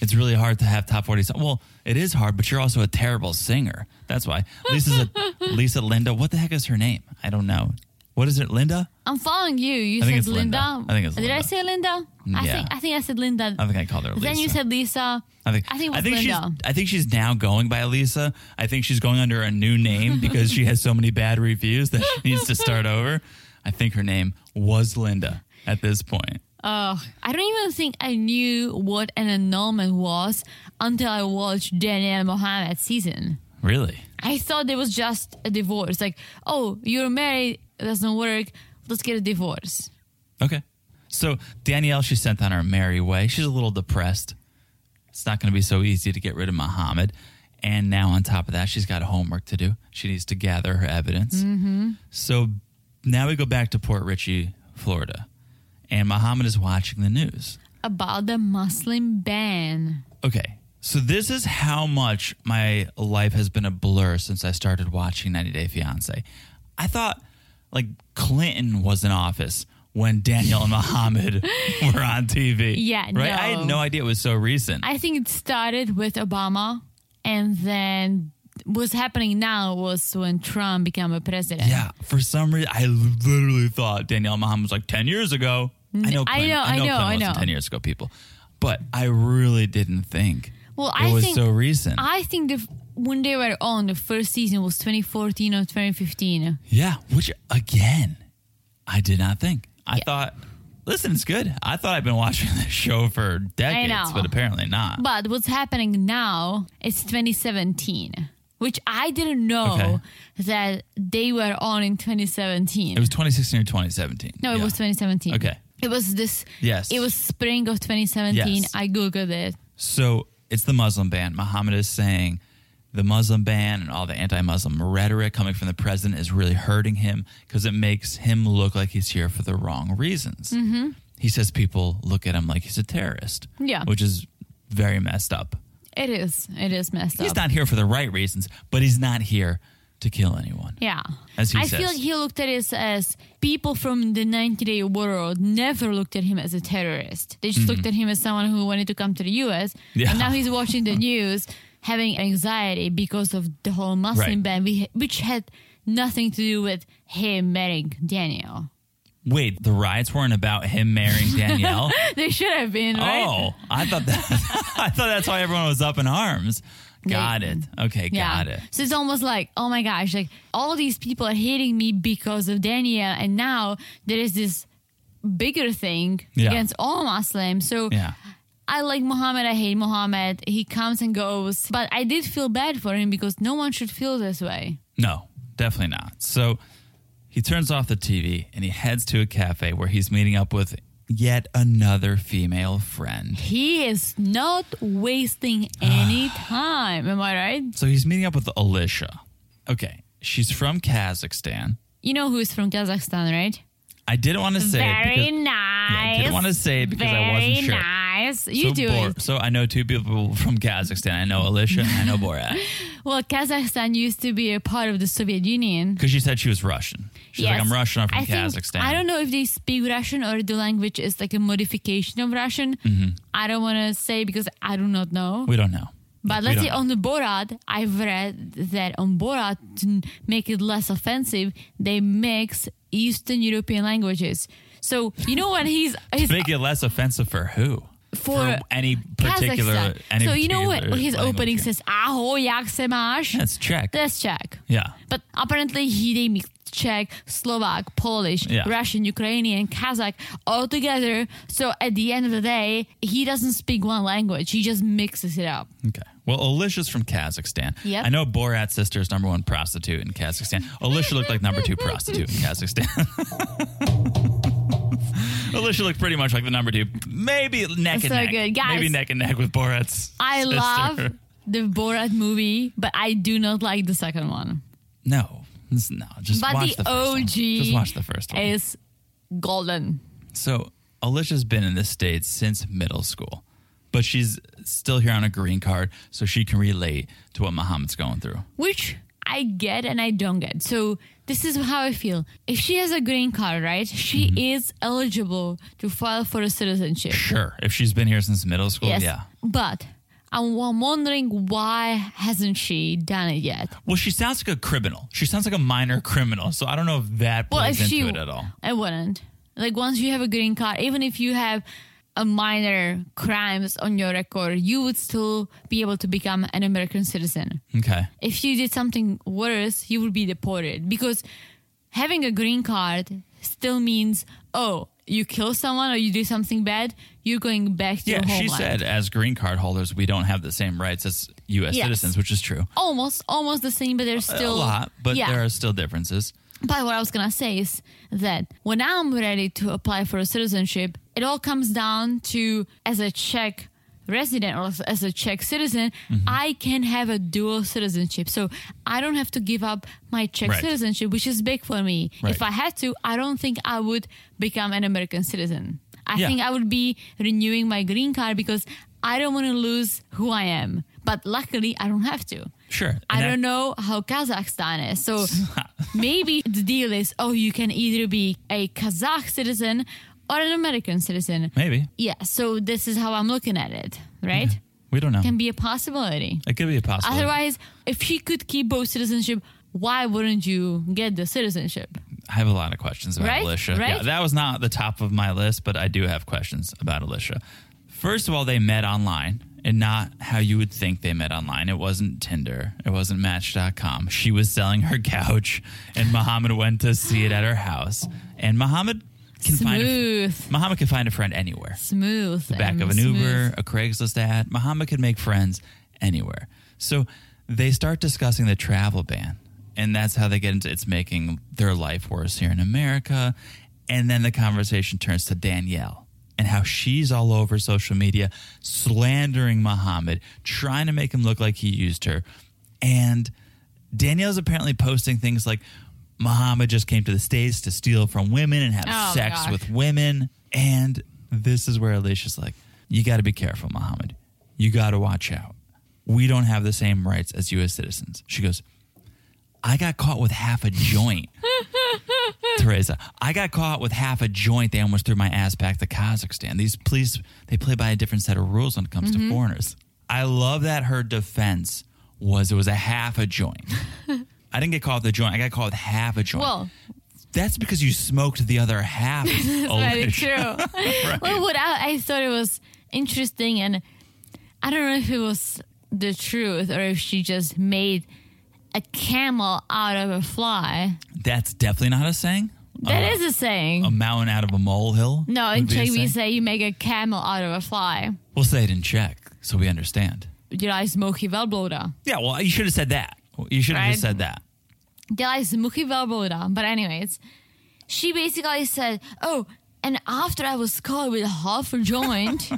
Speaker 1: It's really hard to have top 40 songs. Well, it is hard, but you're also a terrible singer. That's
Speaker 2: [laughs]
Speaker 1: why. Lisa's a, Lisa Linda. What the heck is her name? I don't know. What is it, Linda?
Speaker 2: I'm following you. You
Speaker 1: I think
Speaker 2: said
Speaker 1: it's Linda. I think it's
Speaker 2: Did I
Speaker 1: Linda.
Speaker 2: say Linda? I
Speaker 1: Yeah.
Speaker 2: think I think I said Linda.
Speaker 1: I think I called her Lisa.
Speaker 2: then you said Lisa.
Speaker 1: I think,
Speaker 2: I think it was
Speaker 1: she's
Speaker 2: Linda.
Speaker 1: I think she's now going by Lisa. I think she's going under a new
Speaker 2: [laughs]
Speaker 1: name because she has so many bad reviews that she needs to start over. I think her name was Linda at this point.
Speaker 2: Oh, I don't even think I knew what an annulment was until I watched Danielle Mohammed season.
Speaker 1: Really?
Speaker 2: I thought it was just a divorce. Like, oh, you're married, it doesn't work. Let's get a divorce.
Speaker 1: Okay. So Danielle, she sent on her merry way. She's a little depressed. It's not going to be so easy to get rid of Muhammad. And now, on top of that, she's got homework to do. She needs to gather her evidence. So now we go back to Port Richey, Florida. And Muhammad is watching the news.
Speaker 2: About the Muslim ban.
Speaker 1: Okay. So this is how much my life has been a blur since I started watching 90 Day Fiancé. I thought like Clinton was in office when Daniel and
Speaker 2: [laughs]
Speaker 1: Mohammed were on TV.
Speaker 2: Yeah,
Speaker 1: right. I had
Speaker 2: no.
Speaker 1: no idea it was so recent.
Speaker 2: I think it started with Obama, and then what's happening now was when Trump became a president.
Speaker 1: yeah, for some reason, I literally thought Danielle Mohammed was like ten years ago. I know, Clinton,
Speaker 2: I know, I know,
Speaker 1: Clinton
Speaker 2: I
Speaker 1: wasn't
Speaker 2: know.
Speaker 1: ten years ago, people, but I really didn't think
Speaker 2: Well,
Speaker 1: it
Speaker 2: I
Speaker 1: was
Speaker 2: think
Speaker 1: so recent.
Speaker 2: I think the f- when they were on the first season was 2014 or 2015.
Speaker 1: Yeah, which again, I did not think. I thought, listen, it's good. I thought I've been watching [laughs] this show for decades,
Speaker 2: know.
Speaker 1: but apparently not.
Speaker 2: But what's happening now is 2017, which I didn't know
Speaker 1: Okay.
Speaker 2: that they were on in 2017.
Speaker 1: It was 2016 or 2017.
Speaker 2: no, it
Speaker 1: Yeah.
Speaker 2: was 2017.
Speaker 1: Okay.
Speaker 2: It was this.
Speaker 1: Yes.
Speaker 2: It was spring of 2017.
Speaker 1: Yes.
Speaker 2: I googled it.
Speaker 1: So it's the Muslim ban. Muhammad is saying the Muslim ban and all the anti Muslim rhetoric coming from the president is really hurting him because it makes him look like he's here for the wrong reasons. Mm-hmm. He says people look at him like he's a terrorist.
Speaker 2: Yeah.
Speaker 1: Which is very messed up.
Speaker 2: It is. It is messed
Speaker 1: He's
Speaker 2: up.
Speaker 1: not here for the right reasons, but he's not here to kill anyone.
Speaker 2: yeah.
Speaker 1: As he
Speaker 2: I
Speaker 1: says.
Speaker 2: feel like he looked at us as people from the 90 day world never looked at him as a terrorist. They just looked at him as someone who wanted to come to the US.
Speaker 1: Mm-hmm. Yeah.
Speaker 2: And now
Speaker 1: [laughs]
Speaker 2: he's watching the news having anxiety because of the whole Muslim
Speaker 1: Right.
Speaker 2: ban, we- which had nothing to do with him marrying Daniel. [laughs]
Speaker 1: Wait, the riots weren't about him marrying Danielle.
Speaker 2: They should have been, right?
Speaker 1: oh, I thought that [laughs] I thought that's why everyone was up in arms. Got it. Okay,
Speaker 2: Yeah.
Speaker 1: got it.
Speaker 2: So it's almost like, oh my gosh, like all these people are hating me because of Daniel, and now there is this bigger thing
Speaker 1: Yeah.
Speaker 2: against all Muslims. So
Speaker 1: Yeah.
Speaker 2: I like Muhammad, I hate Muhammad. He comes and goes, but I did feel bad for him because no one should feel this way.
Speaker 1: No, definitely not. So he turns off the TV and he heads to a cafe where he's meeting up with yet another female friend.
Speaker 2: He is not wasting
Speaker 1: [sighs]
Speaker 2: any time. Am I right?
Speaker 1: So he's meeting up with Alicia. Okay, she's from Kazakhstan.
Speaker 2: You know who is from Kazakhstan, right?
Speaker 1: I didn't want to say it
Speaker 2: Very
Speaker 1: because-
Speaker 2: nice.
Speaker 1: I didn't wanna say it because I wasn't
Speaker 2: Very
Speaker 1: sure.
Speaker 2: nice. You
Speaker 1: so
Speaker 2: do
Speaker 1: Bor-
Speaker 2: it.
Speaker 1: So I know two people from Kazakhstan. I know Alicia and
Speaker 2: [laughs]
Speaker 1: I know Borat.
Speaker 2: Well, Kazakhstan used to be a part of the Soviet Union.
Speaker 1: Because she said she was Russian. She's like,
Speaker 2: Yes.
Speaker 1: I'm Russian. I'm from
Speaker 2: I think-
Speaker 1: Kazakhstan.
Speaker 2: I don't know if they speak Russian or the language is like a modification of Russian.
Speaker 1: Mm-hmm.
Speaker 2: I don't want to say because I do not know.
Speaker 1: We don't know.
Speaker 2: but
Speaker 1: We
Speaker 2: let's
Speaker 1: don't
Speaker 2: say
Speaker 1: know.
Speaker 2: on the Borat, I've read that on Borat, to n- make it less offensive, they mix Eastern European languages. So you know when he's, he's
Speaker 1: Make it less offensive for who?
Speaker 2: For
Speaker 1: any particular.
Speaker 2: Kazakhstan.
Speaker 1: Any
Speaker 2: so you know what?
Speaker 1: particular
Speaker 2: His
Speaker 1: language.
Speaker 2: opening says "Ahoy, jak se máš?"
Speaker 1: That's Czech.
Speaker 2: That's Czech.
Speaker 1: yeah.
Speaker 2: But apparently he they mix Czech, Slovak, Polish,
Speaker 1: Yeah.
Speaker 2: Russian, Ukrainian, Kazakh all together. So at the end of the day, he doesn't speak one language. He just mixes it up.
Speaker 1: Okay. Well, Alicia's from Kazakhstan.
Speaker 2: Yep.
Speaker 1: I know Borat's sister is number one prostitute in Kazakhstan. Alicia looked like number two prostitute in Kazakhstan. [laughs] Alicia looked pretty much like the number two, maybe neck and
Speaker 2: So
Speaker 1: neck.
Speaker 2: good. Guys.
Speaker 1: Maybe neck and neck with Borat's.
Speaker 2: I
Speaker 1: sister.
Speaker 2: love the Borat movie, but I do not like the second one.
Speaker 1: No, It's- no. Just
Speaker 2: But
Speaker 1: watch the,
Speaker 2: the
Speaker 1: first one.
Speaker 2: OG
Speaker 1: Just watch the first one.
Speaker 2: It's golden.
Speaker 1: So Alicia's been in the States since middle school, but she's still here on a green card, so she can relate to what Muhammad's going through.
Speaker 2: which I get and I don't get. So this is how I feel. If she has a green card, right? She is eligible to file for a citizenship.
Speaker 1: Mm-hmm. Sure, if she's been here since middle school,
Speaker 2: yes.
Speaker 1: yeah.
Speaker 2: But I'm I'm wondering why hasn't she done it yet?
Speaker 1: Well, she sounds like a criminal. She sounds like a minor criminal, so I don't know if that plays
Speaker 2: Well, if
Speaker 1: into
Speaker 2: she,
Speaker 1: it at all.
Speaker 2: I wouldn't. Like once you have a green card, even if you have a minor crimes on your record, you would still be able to become an American citizen.
Speaker 1: Okay.
Speaker 2: if you did something worse, you would be deported because having a green card still means oh, you kill someone or you do something bad, you're going back to
Speaker 1: Yeah,
Speaker 2: your
Speaker 1: she
Speaker 2: homeland.
Speaker 1: said as green card holders, we don't have the same rights as U.S.
Speaker 2: Yes.
Speaker 1: citizens, which is true.
Speaker 2: almost almost the same, but there's still
Speaker 1: a lot, but
Speaker 2: yeah.
Speaker 1: there are still differences.
Speaker 2: But what I was gonna say is that when I'm ready to apply for a citizenship, it all comes down to as a Czech resident or as a Czech citizen,
Speaker 1: Mm-hmm.
Speaker 2: I can have a dual citizenship. So I don't have to give up my Czech
Speaker 1: Right.
Speaker 2: citizenship, which is big for me.
Speaker 1: Right.
Speaker 2: If I had to, I don't think I would become an American citizen. I
Speaker 1: Yeah.
Speaker 2: think I would be renewing my green card because I don't want to lose who I am. But luckily, I don't have to.
Speaker 1: Sure. And
Speaker 2: I
Speaker 1: that-
Speaker 2: don't know how Kazakhstan
Speaker 1: [laughs]
Speaker 2: is. So maybe the deal is oh, you can either be a Kazakh citizen or an American citizen.
Speaker 1: Maybe.
Speaker 2: Yeah. So this is how I'm looking at it, right?
Speaker 1: We don't know.
Speaker 2: Can be a possibility.
Speaker 1: it could be a possibility.
Speaker 2: Otherwise, if she could keep both citizenship, why wouldn't you get the citizenship?
Speaker 1: I have a lot of questions about
Speaker 2: Right?
Speaker 1: Alicia.
Speaker 2: Right?
Speaker 1: Yeah, that was not the top of my list, but I do have questions about Alicia. First of all, they met online and not how you would think they met online. It wasn't Tinder, it wasn't Match.com. She was selling her couch, and Muhammad went to see it at her house. And Muhammad can find a,
Speaker 2: Smooth.
Speaker 1: Muhammad can find a friend anywhere
Speaker 2: Smooth. The
Speaker 1: back of an
Speaker 2: Mm-hmm.
Speaker 1: Uber, a Craigslist ad. Muhammad could make friends anywhere. So they start discussing the travel ban, and that's how they get into it's making their life worse here in America. And then the conversation turns to Danielle and how she's all over social media slandering Muhammad, trying to make him look like he used her. And Danielle's apparently posting things like Muhammad just came to the States to steal from women and have
Speaker 2: Oh,
Speaker 1: sex
Speaker 2: gosh.
Speaker 1: with women. And this is where Alicia's like, you got to be careful, Muhammad. You got to watch out. We don't have the same rights as U.S. citizens. She goes, I got caught with half a joint. Teresa, I got caught with half a joint. They almost threw my ass back to Kazakhstan. These police, they play by a different set of rules when it comes to foreigners. I love that her defense was it was a half a joint. I didn't get caught with a joint. I got caught with half a joint.
Speaker 2: Well,
Speaker 1: that's because you smoked the other [laughs] half.
Speaker 2: very
Speaker 1: Alicia.
Speaker 2: true.
Speaker 1: [laughs]
Speaker 2: Well, what I, I thought it was interesting, and I don't know if it was the truth or if she just made a camel out of a fly.
Speaker 1: That's definitely not a saying.
Speaker 2: That
Speaker 1: Uh,
Speaker 2: is a saying.
Speaker 1: a mountain out of a molehill.
Speaker 2: no, in
Speaker 1: would be a
Speaker 2: Czech we
Speaker 1: saying.
Speaker 2: say you make a camel out of a fly.
Speaker 1: we'll say it in Czech so we understand.
Speaker 2: Dělaj z mouchy velblouda.
Speaker 1: Yeah, well, you should have said that. You should have just
Speaker 2: Right.
Speaker 1: said that.
Speaker 2: Dělaj z muchy velblouda. But anyways, she basically said, "Oh, and after I was caught with half a
Speaker 1: [laughs]
Speaker 2: joint,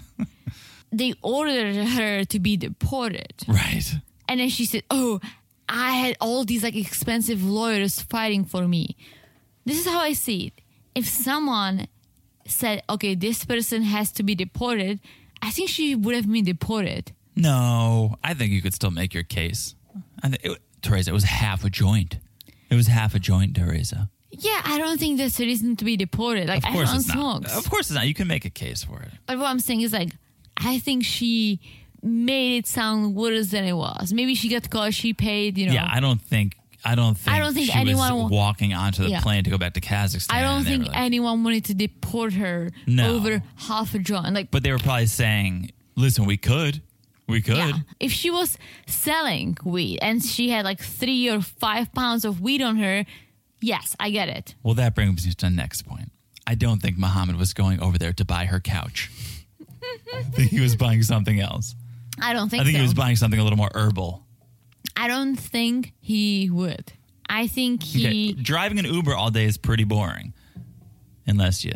Speaker 2: they ordered her to be deported."
Speaker 1: Right.
Speaker 2: And then she said, "Oh, I had all these like expensive lawyers fighting for me." This is how I see it. If someone said, "Okay, this person has to be deported," I think she would have been deported.
Speaker 1: No, I think you could still make your case. I th- it, Teresa, it was half a joint. It was half a joint, Teresa.
Speaker 2: Yeah, I don't think that's a reason to be deported. Like
Speaker 1: Of course
Speaker 2: everyone
Speaker 1: it's not.
Speaker 2: smokes.
Speaker 1: Of course it's not. You can make a case for it.
Speaker 2: But what I'm saying is like I think she made it sound worse than it was. Maybe she got caught, she paid, you know.
Speaker 1: Yeah, I don't think. I don't think.
Speaker 2: I don't think
Speaker 1: she
Speaker 2: anyone
Speaker 1: was
Speaker 2: wa-
Speaker 1: walking onto the
Speaker 2: Yeah.
Speaker 1: plane to go back to Kazakhstan.
Speaker 2: I don't
Speaker 1: and they
Speaker 2: think
Speaker 1: were like-
Speaker 2: anyone wanted to deport her
Speaker 1: No.
Speaker 2: over half a joint. Like
Speaker 1: but they were probably saying, "Listen, we could, we could."
Speaker 2: yeah. If she was selling weed and she had like three or five pounds of weed on her, yes, I get it.
Speaker 1: Well, that brings me to the next point. I don't think Muhammad was going over there to buy her couch. I think he was buying something else.
Speaker 2: I don't think,
Speaker 1: I think
Speaker 2: so.
Speaker 1: he was buying something a little more herbal.
Speaker 2: I don't think he would. I think he
Speaker 1: Okay, Driving an Uber all day is pretty boring, unless you.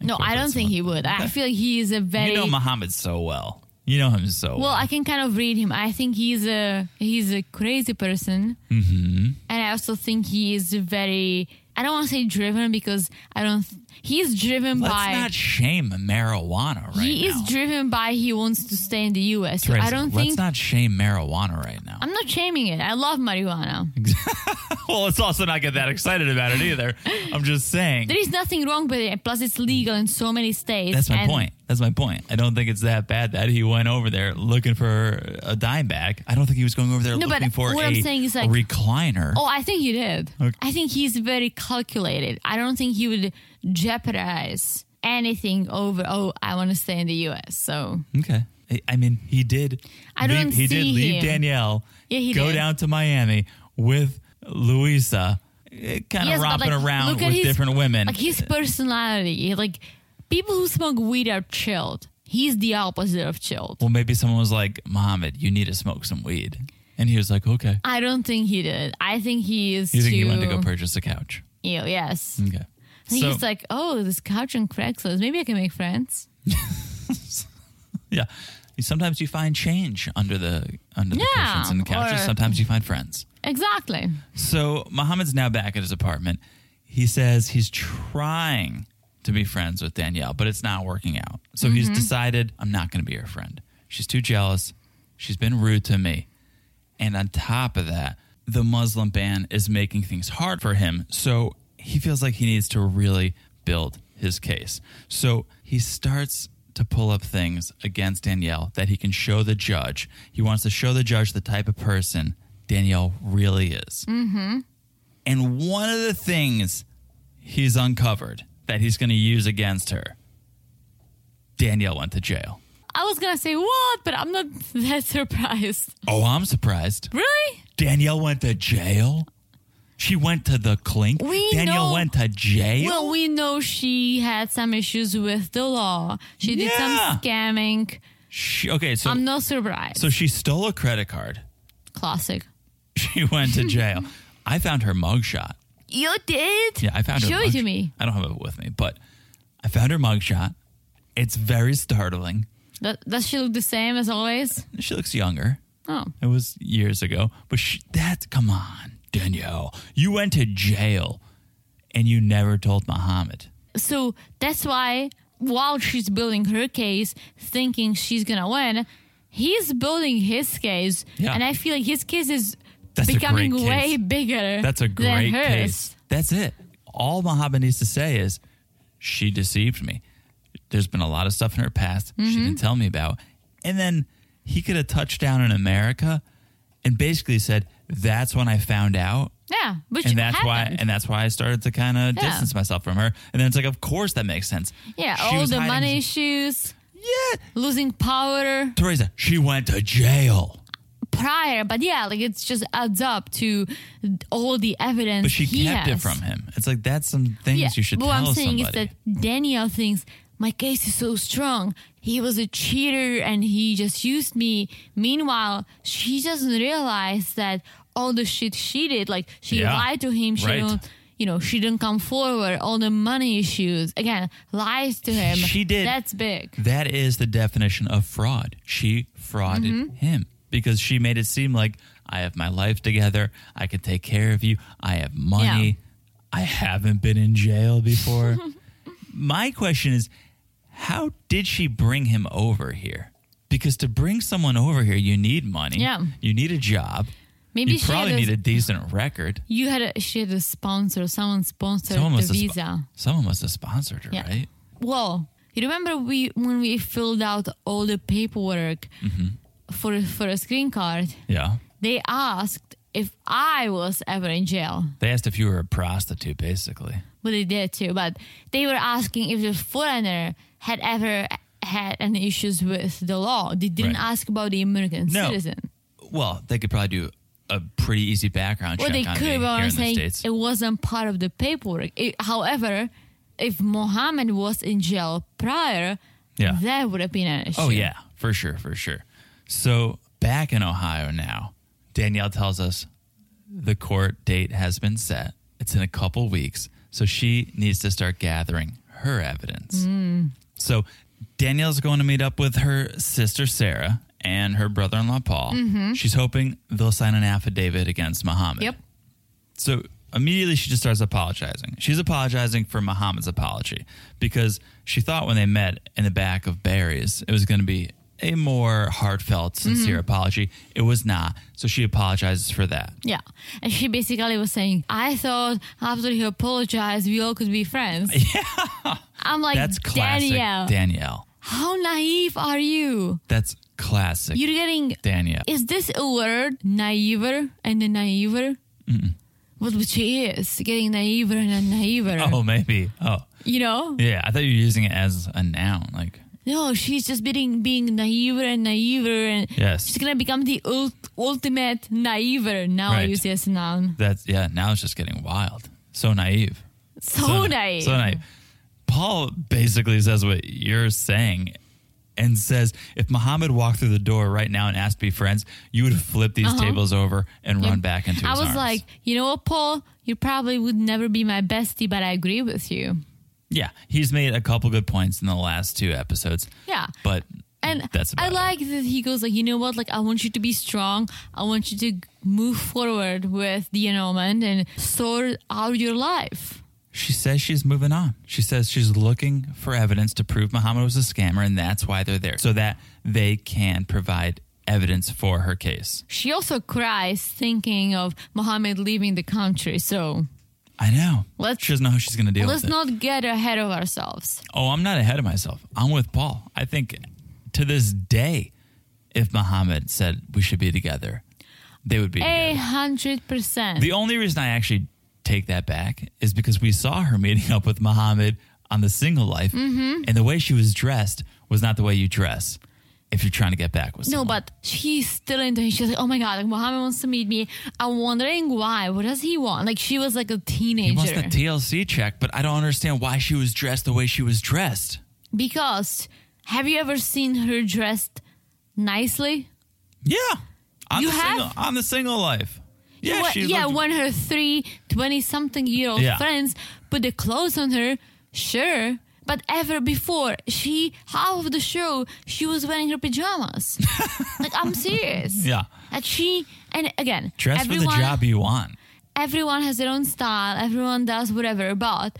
Speaker 2: no, I don't think he would. I feel like he is a very
Speaker 1: You know Muhammad so well. You know him so
Speaker 2: Well,
Speaker 1: well.
Speaker 2: I can kind of read him. I think he's a he's a crazy person, mm-hmm. and I also think he is very. I don't want to say driven because I don't. He's driven
Speaker 1: Let's
Speaker 2: by.
Speaker 1: not shame marijuana right now.
Speaker 2: he is driven by he wants to stay in the U.S. So
Speaker 1: Teresa,
Speaker 2: I don't
Speaker 1: let's
Speaker 2: think
Speaker 1: not shame marijuana right now.
Speaker 2: I'm not shaming it. I love marijuana.
Speaker 1: [laughs] well, let's also not get that excited about it either. I'm just saying.
Speaker 2: There is nothing wrong with it. Plus, it's legal in so many states.
Speaker 1: That's my
Speaker 2: and
Speaker 1: point. That's my point. I don't think it's that bad that he went over there looking for a dime bag. I don't think he was going over there
Speaker 2: No, but
Speaker 1: looking for
Speaker 2: what
Speaker 1: a,
Speaker 2: I'm saying is
Speaker 1: a
Speaker 2: like-
Speaker 1: recliner.
Speaker 2: Oh, I think he did.
Speaker 1: Okay.
Speaker 2: I think he's very calculated. I don't think he would jeopardize anything over. Oh, I want to stay in the U.S. So
Speaker 1: Okay. I- I mean, he did.
Speaker 2: I
Speaker 1: leave,
Speaker 2: don't
Speaker 1: He did
Speaker 2: see
Speaker 1: leave
Speaker 2: him.
Speaker 1: Danielle.
Speaker 2: Yeah, he
Speaker 1: go
Speaker 2: did.
Speaker 1: down to Miami with Louisa, kind of
Speaker 2: Yes, but,
Speaker 1: romping
Speaker 2: like,
Speaker 1: around
Speaker 2: look
Speaker 1: with
Speaker 2: at his-
Speaker 1: different women.
Speaker 2: Like his personality, like people who smoke weed are chilled. He's the opposite of chilled.
Speaker 1: well, maybe someone was like, "Mohammed, you need to smoke some weed," and he was like, "Okay."
Speaker 2: I don't think he did. I think he is.
Speaker 1: You think
Speaker 2: too,
Speaker 1: he went to go purchase a couch?
Speaker 2: you know, yes.
Speaker 1: Okay.
Speaker 2: I think
Speaker 1: So-
Speaker 2: he's like, oh, this couch on Craigslist. Maybe I can make friends.
Speaker 1: yeah. Sometimes you find change under the under the
Speaker 2: Yeah,
Speaker 1: cushions and the couches.
Speaker 2: or-
Speaker 1: Sometimes you find friends.
Speaker 2: Exactly.
Speaker 1: So Muhammad's now back at his apartment. He says he's trying to be friends with Danielle, but it's not working out. So he's decided, I'm not going to be her friend. She's too jealous. She's been rude to me. And on top of that, the Muslim ban is making things hard for him. So he feels like he needs to really build his case. So he starts to pull up things against Danielle that he can show the judge. He wants to show the judge the type of person Danielle really is. Mm-hmm. And one of the things he's uncovered that he's going to use against her Danielle went to jail.
Speaker 2: I was gonna say what, but I'm not [laughs] that surprised.
Speaker 1: Oh, I'm surprised.
Speaker 2: Really?
Speaker 1: Danielle went to jail. She went to the clink.
Speaker 2: We
Speaker 1: Danielle
Speaker 2: know-
Speaker 1: went to jail.
Speaker 2: Well, we know she had some issues with the law. She did
Speaker 1: Yeah.
Speaker 2: some scamming.
Speaker 1: She- okay, so
Speaker 2: I'm not surprised.
Speaker 1: so she stole a credit card. [laughs]
Speaker 2: Classic.
Speaker 1: She went to jail.
Speaker 2: [laughs]
Speaker 1: I found her mugshot.
Speaker 2: You did?
Speaker 1: Yeah, I found her.
Speaker 2: Show it to
Speaker 1: mugshot.
Speaker 2: me.
Speaker 1: I don't have it with me, but I found her mugshot. It's very startling.
Speaker 2: Th- Does she look the same as always?
Speaker 1: She looks younger.
Speaker 2: Oh,
Speaker 1: It was years ago, but she, that come on, Danielle, you went to jail, and you never told Muhammad.
Speaker 2: so that's why while she's building her case, thinking she's gonna win, he's building his case,
Speaker 1: Yeah.
Speaker 2: and I feel like his case is
Speaker 1: That's a
Speaker 2: becoming
Speaker 1: great
Speaker 2: way
Speaker 1: case.
Speaker 2: bigger.
Speaker 1: That's a great
Speaker 2: than hers.
Speaker 1: case. That's it. All Muhammad needs to say is, she deceived me. There's been a lot of stuff in her past she
Speaker 2: Mm-hmm.
Speaker 1: didn't tell me about. And then he could have touched down in America and basically said, that's when I found out.
Speaker 2: Yeah, which
Speaker 1: And that's why,
Speaker 2: happened.
Speaker 1: and that's why I started to kind of
Speaker 2: Yeah.
Speaker 1: distance myself from her. And then it's like, of course that makes sense.
Speaker 2: yeah,
Speaker 1: She
Speaker 2: all
Speaker 1: was
Speaker 2: the
Speaker 1: hiding-
Speaker 2: money issues,
Speaker 1: Yeah,
Speaker 2: losing power
Speaker 1: Teresa, she went to jail,
Speaker 2: prior, but yeah, like it's just adds up to all the evidence.
Speaker 1: but she
Speaker 2: he
Speaker 1: kept it
Speaker 2: has.
Speaker 1: from him. It's like that's some things
Speaker 2: Yeah,
Speaker 1: you should
Speaker 2: but
Speaker 1: tell
Speaker 2: what I'm saying
Speaker 1: somebody.
Speaker 2: is that Danielle thinks my case is so strong. He was a cheater and he just used me. Meanwhile, she doesn't realize that all the shit she did, like she
Speaker 1: Yeah,
Speaker 2: lied to him. She
Speaker 1: right.
Speaker 2: don't, you know, she didn't come forward. All the money issues again, lies to him.
Speaker 1: She did.
Speaker 2: That's big.
Speaker 1: That is the definition of fraud. She frauded
Speaker 2: Mm-hmm.
Speaker 1: him because she made it seem like I have my life together. I could take care of you. I have money. I haven't been in jail
Speaker 2: [laughs]
Speaker 1: before. my question is how did she bring him over here? Because to bring someone over here, you need money.
Speaker 2: Yeah.
Speaker 1: You need a job.
Speaker 2: Maybe
Speaker 1: you
Speaker 2: she
Speaker 1: probably
Speaker 2: had a-
Speaker 1: need a decent record.
Speaker 2: You had a she had a sponsor. Someone sponsored
Speaker 1: Someone
Speaker 2: the
Speaker 1: must, have,
Speaker 2: visa.
Speaker 1: spo- someone must have sponsored her,
Speaker 2: Yeah.
Speaker 1: right?
Speaker 2: Well, you remember we when we filled out all the paperwork
Speaker 1: Mm-hmm.
Speaker 2: for for a screen card,
Speaker 1: Yeah.
Speaker 2: they asked if I was ever in jail.
Speaker 1: They asked if you were a prostitute, basically.
Speaker 2: Well, they did too, but they were asking if the foreigner had ever had any issues with the law. They didn't
Speaker 1: Right.
Speaker 2: ask about the American
Speaker 1: No.
Speaker 2: citizen.
Speaker 1: Well, they could probably do a pretty easy background
Speaker 2: Well,
Speaker 1: check
Speaker 2: they
Speaker 1: on
Speaker 2: could,
Speaker 1: me
Speaker 2: but
Speaker 1: here in
Speaker 2: I'm
Speaker 1: the
Speaker 2: saying
Speaker 1: states.
Speaker 2: it wasn't part of the paperwork. It- however, if Mohammed was in jail prior,
Speaker 1: Yeah.
Speaker 2: that would have been an issue.
Speaker 1: oh yeah, for sure, for sure. So back in Ohio now, Danielle tells us the court date has been set. It's in a couple weeks, so she needs to start gathering her evidence. So Danielle's going to meet up with her sister Sarah and her brother-in-law Paul. She's hoping they'll sign an affidavit against Muhammad.
Speaker 2: Yep.
Speaker 1: So immediately she just starts apologizing. She's apologizing for Muhammad's apology because she thought when they met in the back of Barry's, it was going to be a more heartfelt,
Speaker 2: Mm-hmm.
Speaker 1: sincere apology. It was not. So she apologizes for that.
Speaker 2: Yeah. And she basically was saying, I thought after he apologized, we all could be
Speaker 1: [laughs]
Speaker 2: friends. Yeah. I'm like,
Speaker 1: That's classic
Speaker 2: Danielle,
Speaker 1: Danielle.
Speaker 2: how naive are you?
Speaker 1: That's classic
Speaker 2: You're getting,
Speaker 1: Danielle.
Speaker 2: is this a word? Naiver and a naiver? What which she is, getting naiver and a naiver.
Speaker 1: [laughs] oh, maybe. Oh,
Speaker 2: You know?
Speaker 1: yeah. I thought you were using it as a noun. Like,
Speaker 2: No, she's just being, being naiver and naiver. And
Speaker 1: Yes.
Speaker 2: she's going to become the ult- ultimate naiver. Now I
Speaker 1: Right.
Speaker 2: use it as a noun.
Speaker 1: that's, yeah, now it's just getting wild. So naive.
Speaker 2: So, naive.
Speaker 1: So naive. Paul basically says what you're saying and says if Muhammad walked through the door right now and asked to be friends, you would flip these tables over and run back into his
Speaker 2: Uh-huh. I was
Speaker 1: arms.
Speaker 2: like, you know what, Paul? You probably would never be my bestie, but I agree with you.
Speaker 1: yeah, he's made a couple good points in the last two episodes.
Speaker 2: Yeah.
Speaker 1: But
Speaker 2: And
Speaker 1: Mm, that's about
Speaker 2: I
Speaker 1: it.
Speaker 2: like that he goes like, you know what? Like, I want you to be strong. I want you to move forward with the annulment and sort out your life.
Speaker 1: She says she's moving on. She says she's looking for evidence to prove Muhammad was a scammer, and that's why they're there, so that they can provide evidence for her case.
Speaker 2: She also cries thinking of Mohammed leaving the country. So
Speaker 1: I know.
Speaker 2: Let's-
Speaker 1: she doesn't know how she's going to deal
Speaker 2: let's
Speaker 1: with it.
Speaker 2: not get ahead of ourselves.
Speaker 1: Oh, I'm not ahead of myself. I'm with Paul. I think to this day, if Muhammad said we should be together, they would be
Speaker 2: A
Speaker 1: together.
Speaker 2: hundred percent.
Speaker 1: The only reason I actually take that back is because we saw her meeting up with Muhammad on the single life,
Speaker 2: Mm-hmm.
Speaker 1: and the way she was dressed was not the way you dress if you're trying to get back with
Speaker 2: No,
Speaker 1: someone.
Speaker 2: but she's still into him. She's like, oh my god, like Mohammed wants to meet me. I'm wondering why. What does he want? Like she was like a teenager.
Speaker 1: he wants the TLC check, but I don't understand why she was dressed the way she was dressed.
Speaker 2: because have you ever seen her dressed nicely?
Speaker 1: Yeah, on
Speaker 2: You
Speaker 1: the
Speaker 2: have?
Speaker 1: single on the single life. Yeah,
Speaker 2: Wh-
Speaker 1: she
Speaker 2: yeah
Speaker 1: looked-
Speaker 2: when her three 20 something year old
Speaker 1: Yeah.
Speaker 2: friends put the clothes on her, sure. But ever before, she, half of the show, she was wearing
Speaker 1: [laughs]
Speaker 2: her pajamas. like, I'm serious.
Speaker 1: yeah.
Speaker 2: And she, and again,
Speaker 1: Dress
Speaker 2: everyone,
Speaker 1: for the job you want.
Speaker 2: everyone has their own style, everyone does whatever, but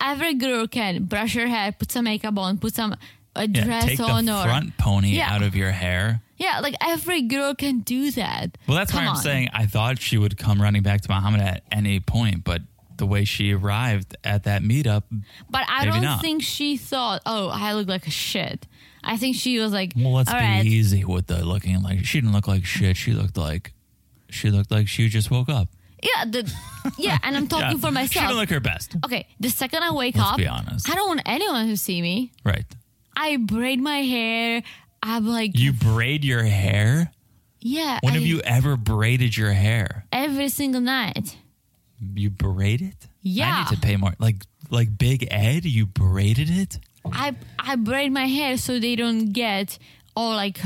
Speaker 2: every girl can brush her hair, put some makeup on, put some a
Speaker 1: Yeah,
Speaker 2: dress
Speaker 1: take the
Speaker 2: on, or
Speaker 1: front pony
Speaker 2: Yeah.
Speaker 1: out of your hair.
Speaker 2: yeah, like every girl can do that.
Speaker 1: Well, that's
Speaker 2: Come
Speaker 1: why I'm
Speaker 2: on.
Speaker 1: saying I thought she would come running back to Muhammad at any point, but the way she arrived at that meetup,
Speaker 2: But I
Speaker 1: Maybe
Speaker 2: don't
Speaker 1: not.
Speaker 2: think she thought, oh, I look like a shit. I think she was like,
Speaker 1: well, let's
Speaker 2: all
Speaker 1: be
Speaker 2: right,
Speaker 1: easy with the looking like she didn't look like shit. She looked like she looked like she just woke up.
Speaker 2: yeah, the, yeah,
Speaker 1: [laughs]
Speaker 2: and I'm talking
Speaker 1: Yeah.
Speaker 2: for
Speaker 1: She
Speaker 2: myself.
Speaker 1: didn't look her best.
Speaker 2: okay, the second I wake
Speaker 1: Let's
Speaker 2: up,
Speaker 1: be honest.
Speaker 2: I don't want anyone to see me.
Speaker 1: Right.
Speaker 2: I braid my hair. I'm like,
Speaker 1: You braid your hair?
Speaker 2: yeah.
Speaker 1: When
Speaker 2: I-
Speaker 1: have you ever braided your hair?
Speaker 2: Every single night.
Speaker 1: You braid it? I
Speaker 2: Yeah.
Speaker 1: need to pay more. Like like Big Ed, you braided it?
Speaker 2: I I braid my hair so they don't get all like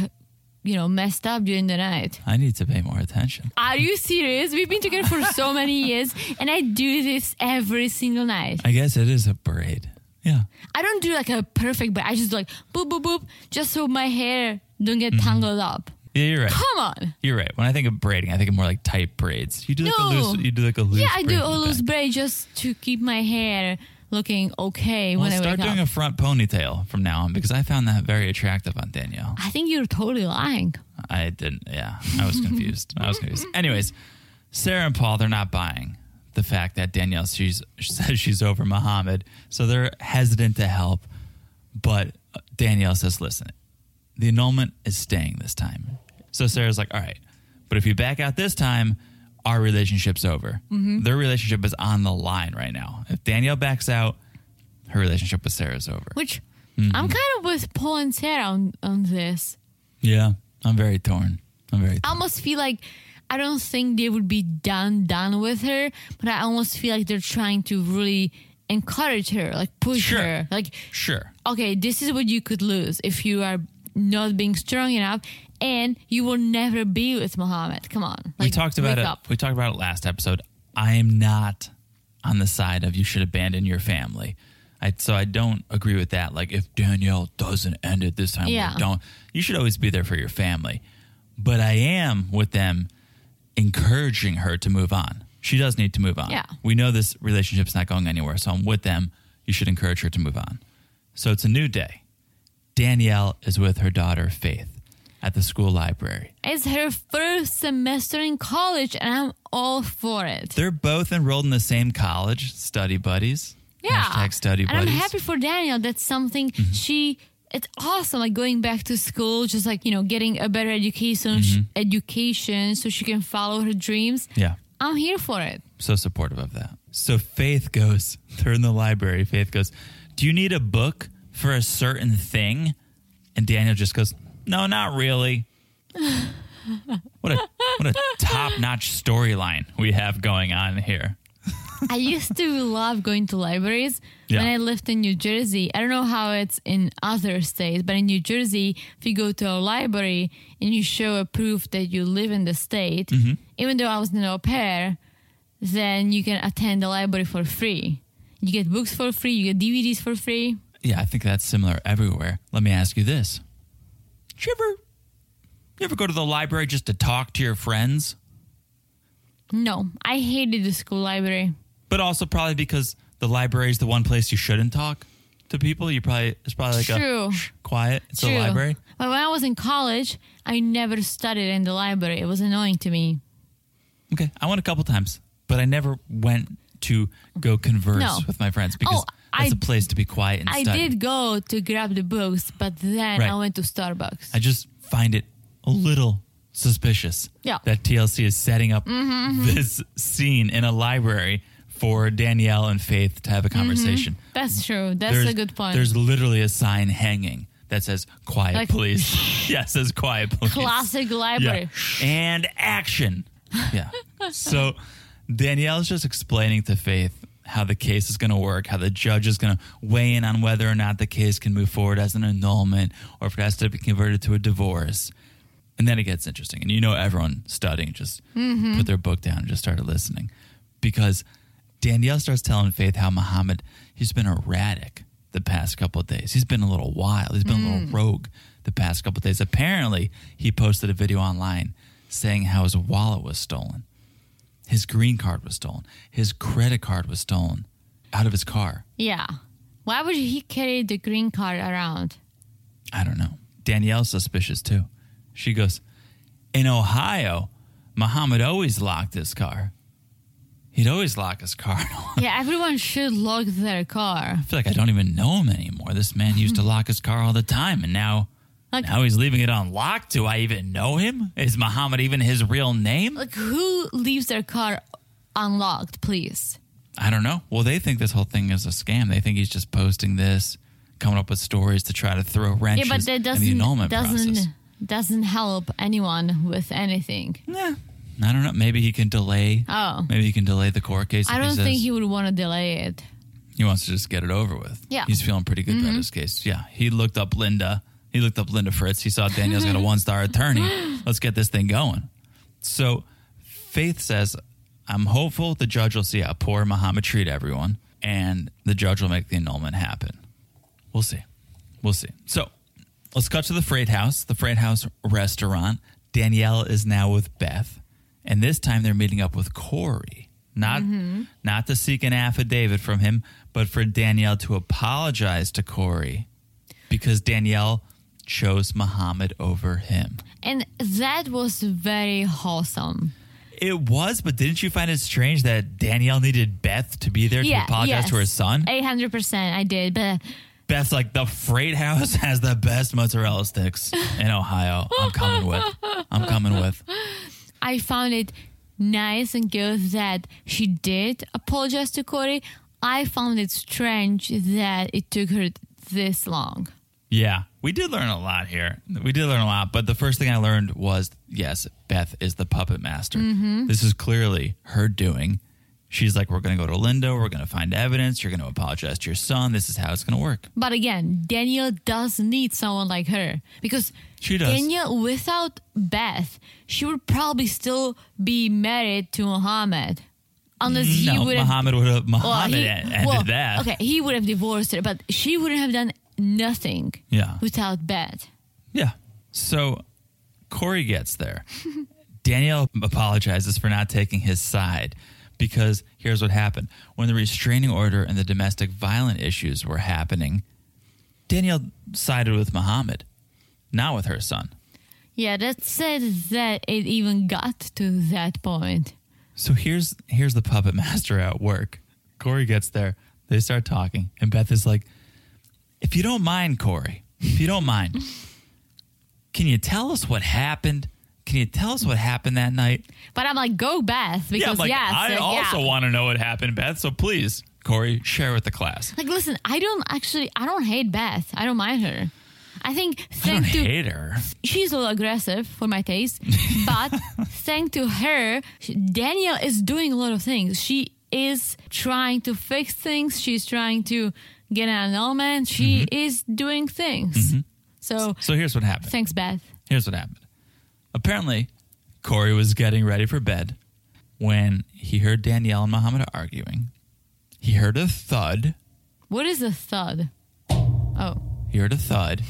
Speaker 2: you know messed up during the night.
Speaker 1: I need to pay more attention.
Speaker 2: Are you serious? We've been together for so many years and I do this every single night.
Speaker 1: I guess it is a braid. Yeah.
Speaker 2: I don't do like a perfect but I just do like boop boop boop just so my hair don't get
Speaker 1: Mm-hmm.
Speaker 2: tangled up.
Speaker 1: Yeah, you're right.
Speaker 2: Come on.
Speaker 1: You're right. When I think of braiding, I think of more like tight braids. You do like a
Speaker 2: No.
Speaker 1: loose. You do like a loose.
Speaker 2: Yeah, I do
Speaker 1: braid
Speaker 2: a
Speaker 1: in the
Speaker 2: loose
Speaker 1: back.
Speaker 2: braid just to keep my hair looking okay
Speaker 1: Well,
Speaker 2: when I
Speaker 1: start
Speaker 2: wake
Speaker 1: doing
Speaker 2: up.
Speaker 1: a front ponytail from now on because I found that very attractive on Danielle.
Speaker 2: I think you're totally lying.
Speaker 1: I didn't. Yeah, I was confused. I was confused. Anyways, Sarah and Paul they're not buying the fact that Danielle she's, [laughs] she says she's over Muhammad, so they're hesitant to help. But Danielle says, "Listen, the annulment is staying this time." So Sarah's like, "All right, but if you back out this time." Our relationship's over. Their relationship is on the line right now. If Danielle backs out, her relationship with Sarah's over.
Speaker 2: Which
Speaker 1: Mm-hmm.
Speaker 2: I'm kind of with Paul and Sarah on, on this.
Speaker 1: Yeah, I'm very torn. I'm very.
Speaker 2: I almost feel like I don't think they would be done done with her, but I almost feel like they're trying to really encourage her, like push
Speaker 1: Sure.
Speaker 2: her. Like,
Speaker 1: sure.
Speaker 2: okay, this is what you could lose if you are not being strong enough and you will never be with Mohammed. Come on. Like,
Speaker 1: we talked about
Speaker 2: wake
Speaker 1: it.
Speaker 2: up.
Speaker 1: We talked about it last episode. I am not on the side of you should abandon your family. I, so I don't agree with that. Like if Danielle doesn't end it this time,
Speaker 2: Yeah.
Speaker 1: yeah. don't. You should always be there for your family. But I am with them, encouraging her to move on. She does need to move on.
Speaker 2: Yeah.
Speaker 1: We know this relationship's not going anywhere. So I'm with them. You should encourage her to move on. So it's a new day. Danielle is with her daughter Faith at the school library.
Speaker 2: It's her first semester in college, and I'm all for it.
Speaker 1: They're both enrolled in the same college, study buddies.
Speaker 2: Yeah.
Speaker 1: Hashtag study
Speaker 2: and
Speaker 1: buddies. Mm-hmm.
Speaker 2: I'm happy for Daniel. That's something she. It's awesome, like going back to school, just like you know, getting a better education, education, so she can follow her dreams.
Speaker 1: Mm-hmm. Yeah.
Speaker 2: I'm here for it.
Speaker 1: So supportive of that. So Faith goes, [laughs] they're in the library. Faith goes, Do you need a book for a certain thing? And Daniel just goes, No, not
Speaker 2: [laughs]
Speaker 1: really. what a what a top notch storyline we have going on here.
Speaker 2: I used to love going to libraries when
Speaker 1: Yeah.
Speaker 2: I lived in New Jersey. I don't know how it's in other states, but in New Jersey, if you go to a library and you show a proof that you live in the state,
Speaker 1: Mm-hmm.
Speaker 2: even though I was an au pair, then you can attend the library for free. You get books for free, you get DVDs for free.
Speaker 1: Yeah, I think that's similar everywhere. Let me ask you this. Did you ever you ever go to the library just to talk to your friends?
Speaker 2: No, I hated the school library.
Speaker 1: but also probably because the library is the one place you shouldn't talk to people. You probably it's probably like
Speaker 2: True.
Speaker 1: a shh, quiet. It's
Speaker 2: True.
Speaker 1: a library.
Speaker 2: But when I was in college, I never studied in the library. It was annoying to me.
Speaker 1: Okay, I went a couple times, but I never went to go converse
Speaker 2: No.
Speaker 1: with my friends because
Speaker 2: Oh,
Speaker 1: that's
Speaker 2: I-
Speaker 1: a place to be quiet and
Speaker 2: I
Speaker 1: study.
Speaker 2: did go to grab the books, but then
Speaker 1: Right.
Speaker 2: I went to Starbucks.
Speaker 1: I just find it a little suspicious
Speaker 2: Yeah. Mm-hmm,
Speaker 1: that TLC is setting up this scene in a library for Danielle and Faith to have
Speaker 2: Mm-hmm.
Speaker 1: a conversation.
Speaker 2: That's true. That's a good point.
Speaker 1: There's literally a sign hanging that says "Quiet,
Speaker 2: Like- [laughs]
Speaker 1: please." [laughs] yeah, it says "Quiet, please."
Speaker 2: Classic library.
Speaker 1: Yeah. And action. Yeah. so Danielle's just explaining to Faith how the case is going to work, how the judge is going to weigh in on whether or not the case can move forward as an annulment or if it has to be converted to a divorce. And then it gets interesting. And you know, everyone studying just put their book down and just started listening because Danielle starts telling Faith how Muhammad, he's been erratic the past couple of days. He's been a little wild, he's been a little rogue the past couple of days. Apparently, he posted a video online saying how his wallet was stolen, his green card was stolen, his credit card was stolen out of his car.
Speaker 2: Yeah. Why would he carry the green card around?
Speaker 1: I don't know. Danielle's suspicious too. She goes, In Ohio, Muhammad always locked his car. He'd always lock his car. [laughs] I
Speaker 2: Yeah, everyone should lock their car.
Speaker 1: feel like I don't even know him anymore. This man used to lock his car all the time, and now,
Speaker 2: Like-
Speaker 1: now he's leaving it unlocked. Do I even know him? Is Muhammad even his real name?
Speaker 2: Like, who leaves their car unlocked, please?
Speaker 1: I don't know. Well, they think this whole thing is a scam. They think he's just posting this, coming up with stories to try to throw
Speaker 2: Yeah,
Speaker 1: wrenches
Speaker 2: but that
Speaker 1: in the
Speaker 2: doesn't
Speaker 1: annulment
Speaker 2: doesn't
Speaker 1: process.
Speaker 2: doesn't help anyone with anything.
Speaker 1: Yeah. I don't know. Maybe he can delay.
Speaker 2: Oh.
Speaker 1: Maybe he can delay the court case.
Speaker 2: I
Speaker 1: if
Speaker 2: don't
Speaker 1: says
Speaker 2: think he would want to delay it.
Speaker 1: he wants to just get it over with.
Speaker 2: Yeah.
Speaker 1: He's feeling pretty good about his case. Yeah. He looked up Linda. He looked up Linda Fritz. He saw Danielle's got a one star attorney. Let's get this thing going. So Faith says, I'm hopeful the judge will see how poor Muhammad treated everyone and the judge will make the annulment happen. We'll see. We'll see. So let's cut to the freight house, the freight house restaurant. Danielle is now with Beth, and this time they're meeting up with Corey. Not not to seek an affidavit from him, but for Danielle to apologize to Corey because Danielle chose Muhammad over him.
Speaker 2: And that was very wholesome.
Speaker 1: It was, but didn't you find it strange that Danielle needed Beth to be there to apologize to her son?
Speaker 2: 800% I did, but
Speaker 1: Beth's like, the freight house [laughs] has the best mozzarella sticks in Ohio. I'm coming with. I'm coming with.
Speaker 2: I found it nice and good that she did apologize to Corey. I found it strange that it took her this long.
Speaker 1: Yeah. We did learn a lot here. We did learn a lot, but the first thing I learned was yes, Beth is the puppet master.
Speaker 2: Mm-hmm.
Speaker 1: This is clearly her doing. She's like, we're going to go to Linda. We're going to find evidence. You're going to apologize to your son. This is how it's going to work.
Speaker 2: But again, Danielle does need someone like her because
Speaker 1: She does.
Speaker 2: Danielle, without Beth, she would probably still be married to Mohammed, unless he
Speaker 1: no,
Speaker 2: would have
Speaker 1: Muhammad would have
Speaker 2: Well,
Speaker 1: Muhammad
Speaker 2: he-
Speaker 1: en- ended
Speaker 2: well,
Speaker 1: that.
Speaker 2: Okay, he would have divorced her, but she wouldn't have done nothing
Speaker 1: Yeah.
Speaker 2: without Beth.
Speaker 1: Yeah. So Corey gets there. [laughs] Danielle apologizes for not taking his side because here's what happened. When the restraining order and the domestic violent issues were happening, Danielle sided with Muhammad, not with her son.
Speaker 2: Yeah, that said that it even got to that point.
Speaker 1: So here's here's the puppet [laughs] master at work. Corey gets there, they start talking, and Beth is like, "If you don't mind, Corey, if you don't mind, can you tell us what happened? Can you tell us what happened that night?"
Speaker 2: But I'm like, go Beth,
Speaker 1: Yeah, I'm
Speaker 2: because
Speaker 1: like,
Speaker 2: yes,
Speaker 1: I
Speaker 2: like,
Speaker 1: also
Speaker 2: yeah.
Speaker 1: want to know what happened, Beth. So please, Corey, share with the class.
Speaker 2: Like, listen, I don't actually, I don't hate Beth. I don't mind her. I think
Speaker 1: I don't
Speaker 2: thanks to
Speaker 1: hate her.
Speaker 2: she's a little aggressive for my
Speaker 1: [laughs]
Speaker 2: taste, but thanks to her, she- Danielle is doing a lot of things. She is trying to fix things. She's trying to get an annulment. She
Speaker 1: Mm-hmm.
Speaker 2: is doing things. So
Speaker 1: So here's what happened.
Speaker 2: thanks, Beth.
Speaker 1: Here's what happened. Apparently, Corey was getting ready for bed when he heard Danielle and Muhammad arguing. He heard a thud.
Speaker 2: What is a thud? Oh,
Speaker 1: He heard a thud.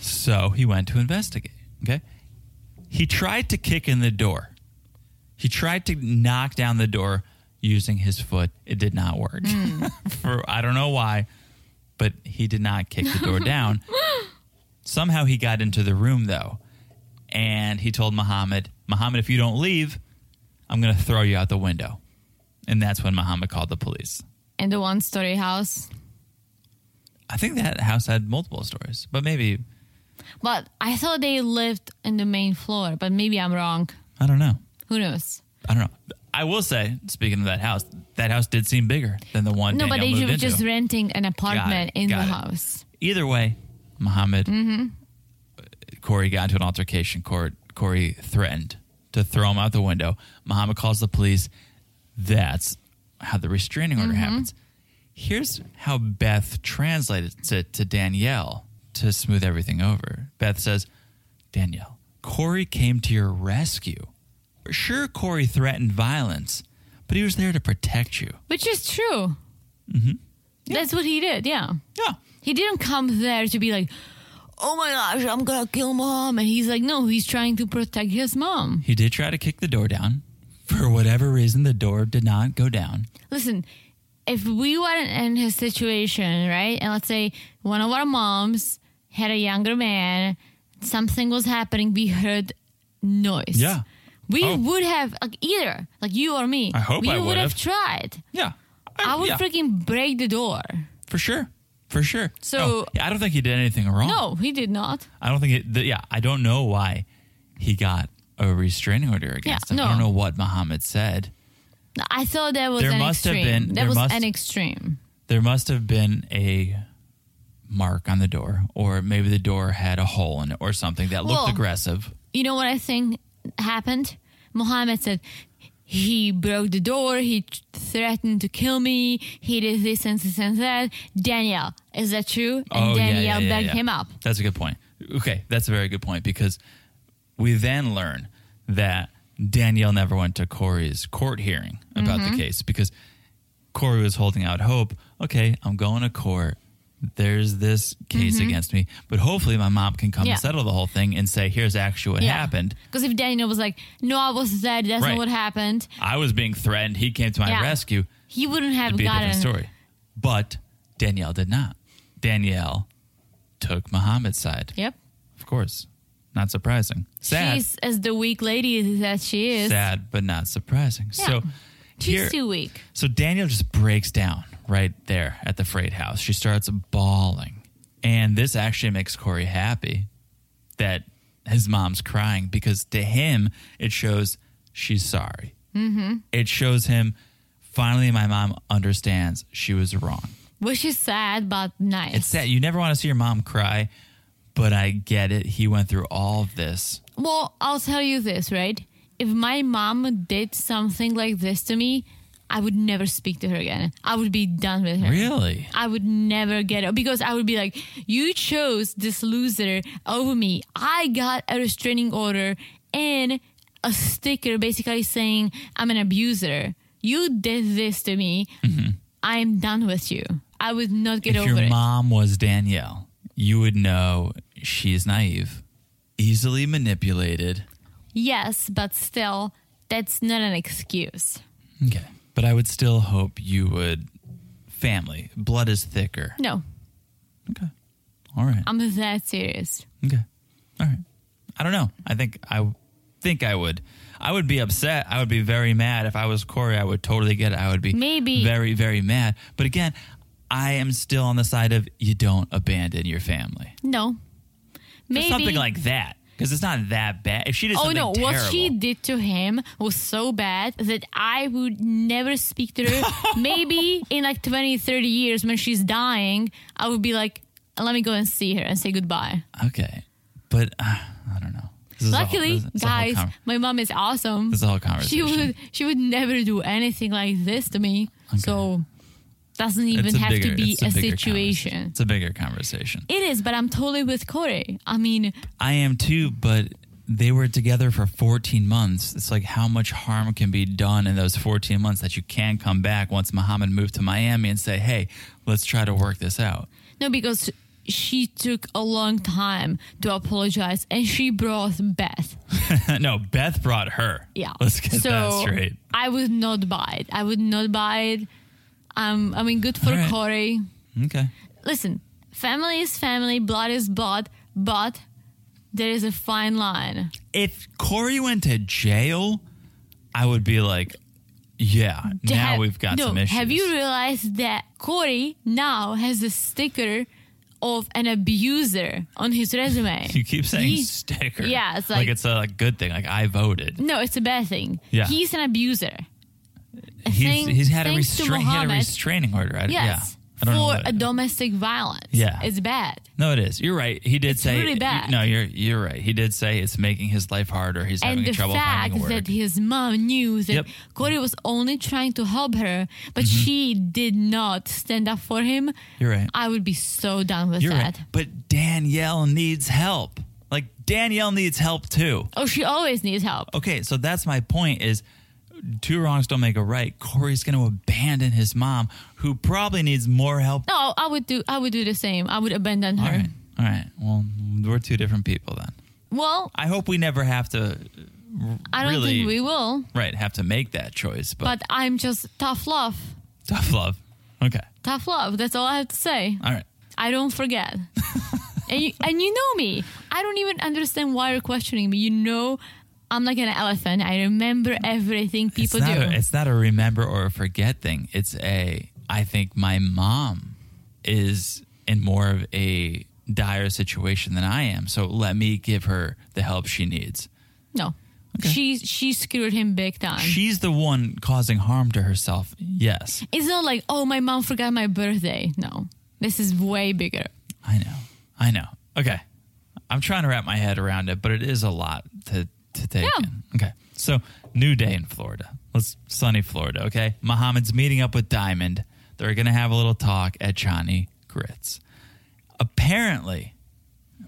Speaker 1: so he went to investigate. Okay. He tried to kick in the door. He tried to knock down the door using his foot. It did not work. [laughs] For I don't know why, but he did not kick the door down. Somehow he got into the room though, and he told Muhammad, Muhammad, if you don't leave, I'm going to throw you out the window. And that's when Muhammad called the police.
Speaker 2: And the one story house.
Speaker 1: I think that house had multiple stories, but maybe
Speaker 2: But I thought they lived in the main floor, but maybe I'm wrong.
Speaker 1: I don't know.
Speaker 2: Who knows?
Speaker 1: I don't know. I will say, speaking of that house, that house did seem bigger than the one.
Speaker 2: No,
Speaker 1: Danielle
Speaker 2: but they
Speaker 1: moved
Speaker 2: were
Speaker 1: into.
Speaker 2: just renting an apartment in
Speaker 1: got
Speaker 2: the
Speaker 1: it.
Speaker 2: house.
Speaker 1: Either way, Muhammad, Corey got into an altercation. Court Corey threatened to throw him out the window. Muhammad calls the police. That's how the restraining order happens. Here's how Beth translates it to Danielle to smooth everything over. Beth says, Danielle, Corey came to your rescue. Sure, Corey threatened violence, but he was there to protect you.
Speaker 2: Which is true.
Speaker 1: Mm-hmm.
Speaker 2: That's what he did, yeah.
Speaker 1: Yeah.
Speaker 2: He didn't come there to be like, oh my gosh, I'm gonna kill mom. And he's like, no, he's trying to protect his mom.
Speaker 1: He did try to kick the door down. For whatever reason, the door did not go down.
Speaker 2: Listen, if we weren't in his situation, right? And let's say one of our moms had a younger man, something was happening, we heard noise.
Speaker 1: Yeah.
Speaker 2: We
Speaker 1: Oh.
Speaker 2: would have, like, either, like you or me,
Speaker 1: I hope
Speaker 2: we
Speaker 1: I
Speaker 2: would
Speaker 1: would've.
Speaker 2: have tried.
Speaker 1: Yeah.
Speaker 2: I would
Speaker 1: yeah, Oh.
Speaker 2: freaking break the door.
Speaker 1: for sure. For sure.
Speaker 2: So-
Speaker 1: Oh, yeah, I don't think he did anything wrong.
Speaker 2: No, he did not.
Speaker 1: I don't think it, th- yeah, I don't know why he got a restraining order against him. I
Speaker 2: no.
Speaker 1: don't know what Muhammad said.
Speaker 2: I thought that was
Speaker 1: There
Speaker 2: an
Speaker 1: must have
Speaker 2: extreme.
Speaker 1: been-
Speaker 2: that
Speaker 1: there
Speaker 2: was
Speaker 1: must-
Speaker 2: an extreme.
Speaker 1: There must have been a mark on the door, or maybe the door had a hole in it or something that looked
Speaker 2: Well-
Speaker 1: aggressive.
Speaker 2: You know what I think happened? Mohammed said he broke the door. He t- threatened to kill me. He did this and this and that. Danielle, is that true? And
Speaker 1: Oh, yeah,
Speaker 2: Danielle
Speaker 1: yeah, yeah,
Speaker 2: backed
Speaker 1: yeah.
Speaker 2: him up.
Speaker 1: That's a good point. Okay, that's a very good point because we then learn that Danielle never went to Corey's court hearing about
Speaker 2: Mm-hmm.
Speaker 1: the case because Corey was holding out hope. Okay, I'm going to court. There's this case against me, but hopefully my mom can come
Speaker 2: Mm-hmm. Yeah.
Speaker 1: and settle the whole thing and say, "Here's actually what happened.
Speaker 2: Because if Daniel was like, "No, I was dead. That's
Speaker 1: Right.
Speaker 2: not what happened,"
Speaker 1: I was being threatened. He came to my
Speaker 2: Yeah.
Speaker 1: rescue."
Speaker 2: he wouldn't have
Speaker 1: It'd be a
Speaker 2: gotten.
Speaker 1: different story. But Danielle did not. Danielle took Muhammad's side.
Speaker 2: Yep.
Speaker 1: Of course. Not surprising. Sad.
Speaker 2: She's as the weak lady that she is.
Speaker 1: sad, but not surprising.
Speaker 2: Yeah.
Speaker 1: So
Speaker 2: She's
Speaker 1: here,
Speaker 2: too weak.
Speaker 1: so Daniel just breaks down right there at the freight house. She starts bawling. And this actually makes Corey happy that his mom's crying because to him, it shows she's sorry. Mm-hmm. It shows him finally, my mom understands she was wrong.
Speaker 2: Which is sad, but nice.
Speaker 1: It's sad. You never want to see your mom cry, but I get it. He went through all of this.
Speaker 2: Well, I'll tell you this, right? If my mom did something like this to me, I would never speak to her again. I would be done with her.
Speaker 1: Really?
Speaker 2: I would never get it because I would be like, you chose this loser over me. I got a restraining order and a sticker basically saying I'm an abuser. You did this to me. I'm done with you. I would not get
Speaker 1: Mm-hmm. if
Speaker 2: over
Speaker 1: your
Speaker 2: it.
Speaker 1: mom was Danielle, you would know she's naive, easily manipulated.
Speaker 2: yes, but still, that's not an excuse.
Speaker 1: Okay. But I would still hope you would. Family, blood is thicker.
Speaker 2: No,
Speaker 1: Okay. All right.
Speaker 2: I'm that serious.
Speaker 1: Okay. All right. I don't know. I think I think I would. I would be upset. I would be very mad if I was Corey. I would totally get it. I would be
Speaker 2: Maybe.
Speaker 1: very very mad. But again, I am still on the side of you don't abandon your family.
Speaker 2: No.
Speaker 1: For
Speaker 2: Maybe
Speaker 1: something like that because it's not that bad. If she did
Speaker 2: Oh
Speaker 1: something
Speaker 2: no,
Speaker 1: terrible,
Speaker 2: what she did to him was so bad that I would never speak
Speaker 1: [laughs]
Speaker 2: to her. Maybe in like 20, 30 years when she's dying, I would be like, let me go and see her and say goodbye.
Speaker 1: okay, but uh, I don't know. This is a whole-
Speaker 2: Luckily,
Speaker 1: this is a whole
Speaker 2: guys,
Speaker 1: con-
Speaker 2: my mom is awesome.
Speaker 1: this is a whole
Speaker 2: She
Speaker 1: conversation.
Speaker 2: would she would never do anything like this to me. So doesn't even
Speaker 1: It's a
Speaker 2: have
Speaker 1: bigger-
Speaker 2: to be
Speaker 1: it's a
Speaker 2: a
Speaker 1: bigger
Speaker 2: situation.
Speaker 1: conversation. It's a bigger conversation.
Speaker 2: It is, but I'm totally with Corey. I mean,
Speaker 1: I am too, but they were together for 14 months. It's like how much harm can be done in those 14 months that you can come back once Muhammad moved to Miami and say, hey, let's try to work this out. [laughs]
Speaker 2: No, because she took a long time to apologize and she brought Beth.
Speaker 1: no, Beth brought her.
Speaker 2: Yeah.
Speaker 1: Let's get
Speaker 2: so
Speaker 1: that straight.
Speaker 2: I would not buy it. I would not buy it. Um, I mean, good for
Speaker 1: All right.
Speaker 2: Corey.
Speaker 1: Okay.
Speaker 2: Listen, family is family, blood is blood, but there is a fine line.
Speaker 1: If Corey went to jail, I would be like, yeah, now
Speaker 2: Have-
Speaker 1: we've got
Speaker 2: no,
Speaker 1: some issues.
Speaker 2: Have you realized that Corey now has a sticker of an abuser on his resume?
Speaker 1: [laughs] You keep saying
Speaker 2: He-
Speaker 1: sticker.
Speaker 2: Yeah, it's
Speaker 1: like
Speaker 2: like-
Speaker 1: it's a like, good thing. Like I voted.
Speaker 2: No, it's a bad thing.
Speaker 1: Yeah.
Speaker 2: He's an abuser.
Speaker 1: He's,
Speaker 2: Thank-
Speaker 1: he's had a
Speaker 2: thanks to
Speaker 1: restraint. He had a
Speaker 2: Mohammed.
Speaker 1: restraining order. I,
Speaker 2: Yes.
Speaker 1: Yeah. I don't know
Speaker 2: for
Speaker 1: what-
Speaker 2: a domestic violence.
Speaker 1: Yeah.
Speaker 2: It's bad.
Speaker 1: No, it is. You're right. He did
Speaker 2: It's
Speaker 1: say
Speaker 2: really bad.
Speaker 1: No, you're you're right. He did say it's making his life harder. He's
Speaker 2: and
Speaker 1: having
Speaker 2: the
Speaker 1: trouble
Speaker 2: fact
Speaker 1: finding a word.
Speaker 2: that his mom knew that
Speaker 1: Yep. Mm-hmm.
Speaker 2: Corey was only trying to help her, but she did not stand up for him.
Speaker 1: You're right.
Speaker 2: I would be so done with
Speaker 1: you're
Speaker 2: that.
Speaker 1: right. But Danielle needs help. Like Danielle needs help too.
Speaker 2: Oh, she always needs help.
Speaker 1: Okay, so that's my point is two wrongs don't make a right. Corey's going to abandon his mom who probably needs more help.
Speaker 2: No, I would do. I would do the same. I would abandon her.
Speaker 1: All right. All right. Well, we're two different people then.
Speaker 2: Well,
Speaker 1: I hope we never have to
Speaker 2: I don't
Speaker 1: really
Speaker 2: think we will.
Speaker 1: right have to make that choice, but,
Speaker 2: But I'm just tough love.
Speaker 1: tough love. Okay.
Speaker 2: Tough love. That's all I have to say.
Speaker 1: All right.
Speaker 2: I don't
Speaker 1: [laughs]
Speaker 2: forget. and, you, and you know me. I don't even understand why you're questioning me. You know, I'm like an elephant. I remember everything people
Speaker 1: it's
Speaker 2: do.
Speaker 1: not A, it's not a remember or a forget thing. It's a I think my mom is in more of a dire situation than I am, so let me give her the help she needs.
Speaker 2: no. She she screwed him big time.
Speaker 1: She's the one causing harm to herself. Yes,
Speaker 2: it's not like, oh, my mom forgot my birthday. No. This is way bigger.
Speaker 1: I know. I know. Okay, I'm trying to wrap my head around it, but it is a lot to to take
Speaker 2: Yeah.
Speaker 1: in. Okay, so new day in Florida. Let's sunny Florida. Okay, Muhammad's meeting up with Diamond. They're gonna have a little talk at Johnny Grits. Apparently,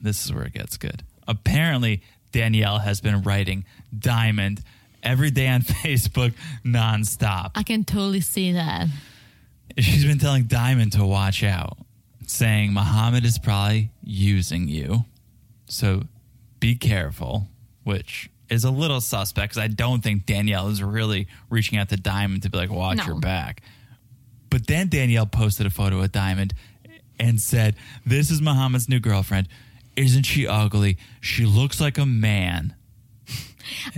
Speaker 1: this is where it gets good. Apparently, Danielle has been writing Diamond every day on [laughs] Facebook nonstop.
Speaker 2: I can totally see that.
Speaker 1: She's been telling Diamond to watch out, saying Muhammad is probably using you. So be careful, which is a little suspect because I don't think Danielle is really reaching out to Diamond to be like, watch
Speaker 2: No.
Speaker 1: your back. But then Danielle posted a photo of Diamond and said, This is Muhammad's new girlfriend. Isn't she ugly? She looks like a man.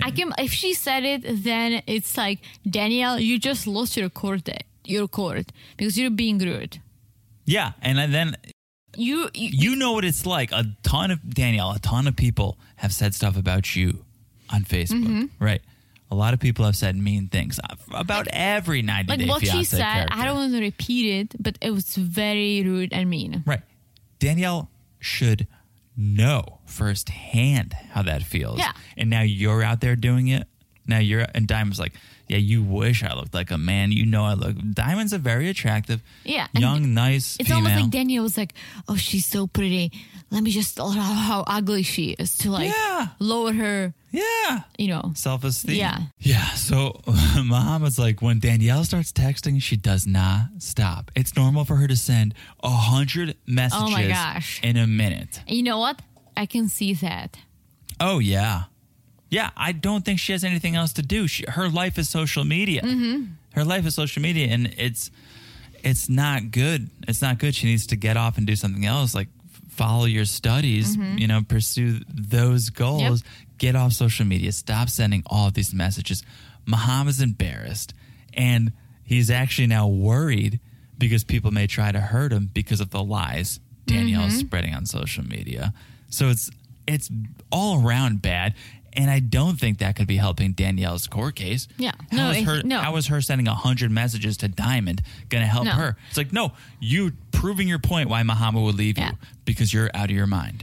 Speaker 2: I can if she said it, then it's like, Danielle, you just lost your court day, your court because you're being rude.
Speaker 1: Yeah. And then
Speaker 2: You, you
Speaker 1: you know what it's like. A ton of Danielle, a ton of people have said stuff about you on Facebook,
Speaker 2: Mm-hmm.
Speaker 1: right? A lot of people have said mean things about every 90
Speaker 2: like
Speaker 1: Day
Speaker 2: what
Speaker 1: Fiance
Speaker 2: she said
Speaker 1: character.
Speaker 2: i don't want to repeat it but it was very rude and mean
Speaker 1: Right. Danielle should know firsthand how that feels.
Speaker 2: Yeah.
Speaker 1: And now you're out there doing it. Now you're and Diamond's like, yeah, you wish I looked like a man. You know I look. Diamond's a very attractive,
Speaker 2: Yeah, and
Speaker 1: young, nice.
Speaker 2: it's
Speaker 1: female.
Speaker 2: almost like daniel was like oh she's so pretty let me just tell her how ugly she is to like
Speaker 1: Yeah.
Speaker 2: lower her
Speaker 1: yeah.
Speaker 2: you know
Speaker 1: self esteem.
Speaker 2: Yeah.
Speaker 1: Yeah. So [laughs] Muhammad's like, when Danielle starts texting, she does not stop. It's normal for her to send a hundred messages
Speaker 2: Oh gosh.
Speaker 1: in a minute.
Speaker 2: And you know what i can see that
Speaker 1: Oh yeah. Yeah. I don't think she has anything else to do. She, her life is social media.
Speaker 2: Mm-hmm.
Speaker 1: Her life is social media and it's it's not good. It's not good. She needs to get off and do something else, like f- follow your studies,
Speaker 2: Mm-hmm.
Speaker 1: you know, pursue those goals. Get off social media. Stop sending all of these messages. Muhammad's embarrassed and he's actually now worried because people may try to hurt him because of the lies Danielle's
Speaker 2: Mm-hmm.
Speaker 1: spreading on social media. So it's it's all around bad. And I don't think that could be helping Danielle's court case.
Speaker 2: Yeah.
Speaker 1: How
Speaker 2: No,
Speaker 1: is
Speaker 2: it-
Speaker 1: her,
Speaker 2: no.
Speaker 1: how is her sending a hundred messages to Diamond gonna help
Speaker 2: No.
Speaker 1: her? It's like, no, you proving your point why Muhammad would leave
Speaker 2: Yeah.
Speaker 1: you because you're out of your mind.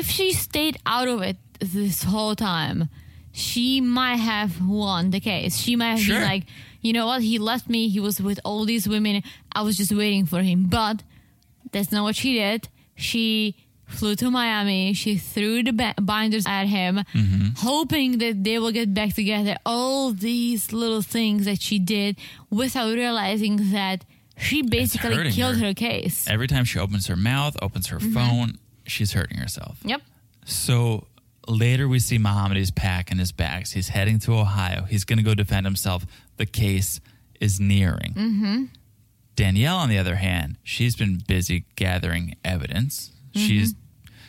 Speaker 2: if she stayed out of it this whole time she might have won the case she might have
Speaker 1: Sure.
Speaker 2: been like you know what he left me he was with all these women i was just waiting for him but that's not what she did she flew to miami she threw the ba- binders at him
Speaker 1: Mm-hmm.
Speaker 2: hoping that they will get back together all these little things that she did without realizing that She basically
Speaker 1: hurting
Speaker 2: killed
Speaker 1: her.
Speaker 2: her case.
Speaker 1: Every time she opens her mouth, opens her
Speaker 2: Mm-hmm.
Speaker 1: phone, she's hurting herself.
Speaker 2: Yep.
Speaker 1: So later we see Muhammad is packing his bags. He's heading to Ohio. He's going to go defend himself. The case is nearing. Mm-hmm. Danielle, on the other hand, she's been busy gathering evidence.
Speaker 2: Mm-hmm.
Speaker 1: She's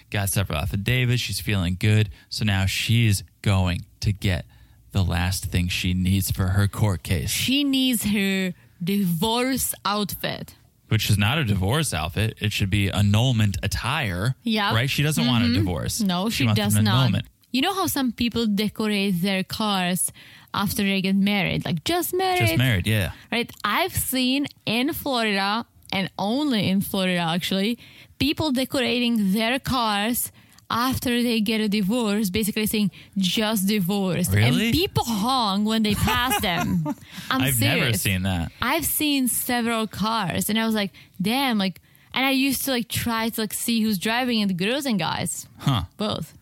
Speaker 1: got several affidavits. She's feeling good. So now she's going to get the last thing she needs for her court case,
Speaker 2: She needs her divorce outfit.
Speaker 1: which is not a divorce outfit. It should be annulment attire.
Speaker 2: Yeah.
Speaker 1: Right? She doesn't want a divorce.
Speaker 2: Mm-hmm. No, she,
Speaker 1: wants
Speaker 2: does
Speaker 1: an
Speaker 2: not.
Speaker 1: annulment.
Speaker 2: You know how some people decorate their cars after they get married? Like, just married.
Speaker 1: Just married. Yeah.
Speaker 2: right? I've seen in Florida and only in Florida actually, people decorating their cars after they get a divorce, basically saying just divorced.
Speaker 1: Really?
Speaker 2: And people honk when they pass
Speaker 1: [laughs]
Speaker 2: them. I'm
Speaker 1: I've
Speaker 2: serious.
Speaker 1: never seen that.
Speaker 2: I've seen several cars and I was like, damn, like and I used to like try to like see who's driving and the girls and guys.
Speaker 1: Huh.
Speaker 2: Both.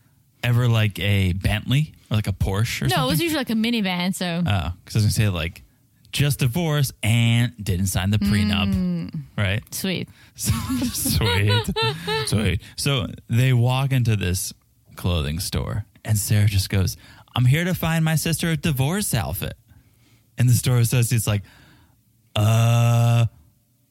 Speaker 1: Ever like a Bentley or like a Porsche or
Speaker 2: No, it
Speaker 1: something?
Speaker 2: was usually like a minivan,
Speaker 1: Oh,
Speaker 2: so
Speaker 1: because I was going to say like just divorced and didn't sign the prenup. Right? [laughs]
Speaker 2: sweet.
Speaker 1: So- Sweet. Sweet. So they walk into this clothing store and Sarah just goes, I'm here to find my sister a divorce outfit. And the store associate's like, uh,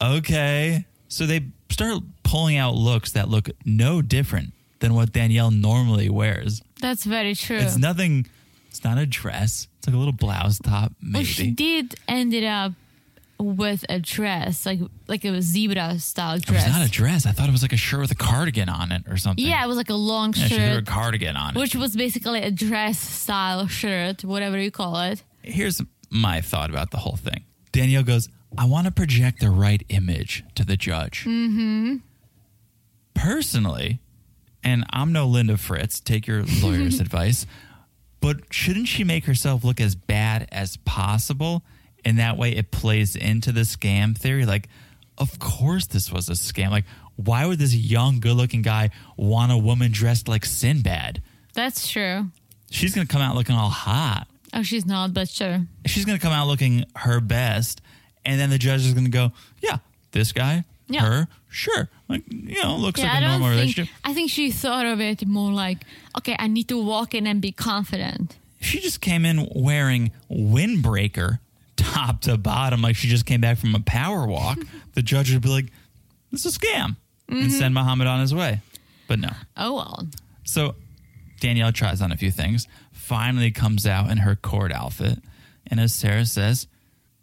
Speaker 1: okay. So they start pulling out looks that look no different than what Danielle normally wears.
Speaker 2: That's very true.
Speaker 1: It's nothing. It's not a dress. It's like a little blouse top,
Speaker 2: Well, she
Speaker 1: maybe.
Speaker 2: did ended up with a dress, like like a zebra style
Speaker 1: It
Speaker 2: dress.
Speaker 1: was not a dress. I thought it was like a shirt with a cardigan on it or something.
Speaker 2: yeah, it was like a long
Speaker 1: Yeah, she threw a
Speaker 2: shirt,
Speaker 1: cardigan on it.
Speaker 2: which was basically a dress style shirt, whatever you call it.
Speaker 1: Here's my thought about the whole thing. Danielle goes, I want to project the right image to the judge. Mm-hmm. Personally, and I'm no Linda Fritz, take your lawyer's advice, but shouldn't she make herself look as bad as possible? And that way it plays into the scam theory. Like, of course this was a scam. Like, why would this young, good looking guy want a woman dressed like Sinbad?
Speaker 2: That's true.
Speaker 1: She's going to come out looking all hot
Speaker 2: Oh, she's not, but sure.
Speaker 1: she's going to come out looking her best and then the judge is going to go yeah this guy
Speaker 2: Yeah.
Speaker 1: her sure like you know looks
Speaker 2: Yeah,
Speaker 1: like a
Speaker 2: I
Speaker 1: normal
Speaker 2: don't think.
Speaker 1: relationship
Speaker 2: I think she thought of it more like, okay, I need to walk in and be confident.
Speaker 1: she just came in wearing windbreaker [laughs] top to bottom like she just came back from a power
Speaker 2: [laughs]
Speaker 1: walk the judge would be like this is a scam
Speaker 2: Mm-hmm.
Speaker 1: and send muhammad on his way but no
Speaker 2: Oh well,
Speaker 1: So Danielle tries on a few things, finally comes out in her court outfit. And as Sarah says,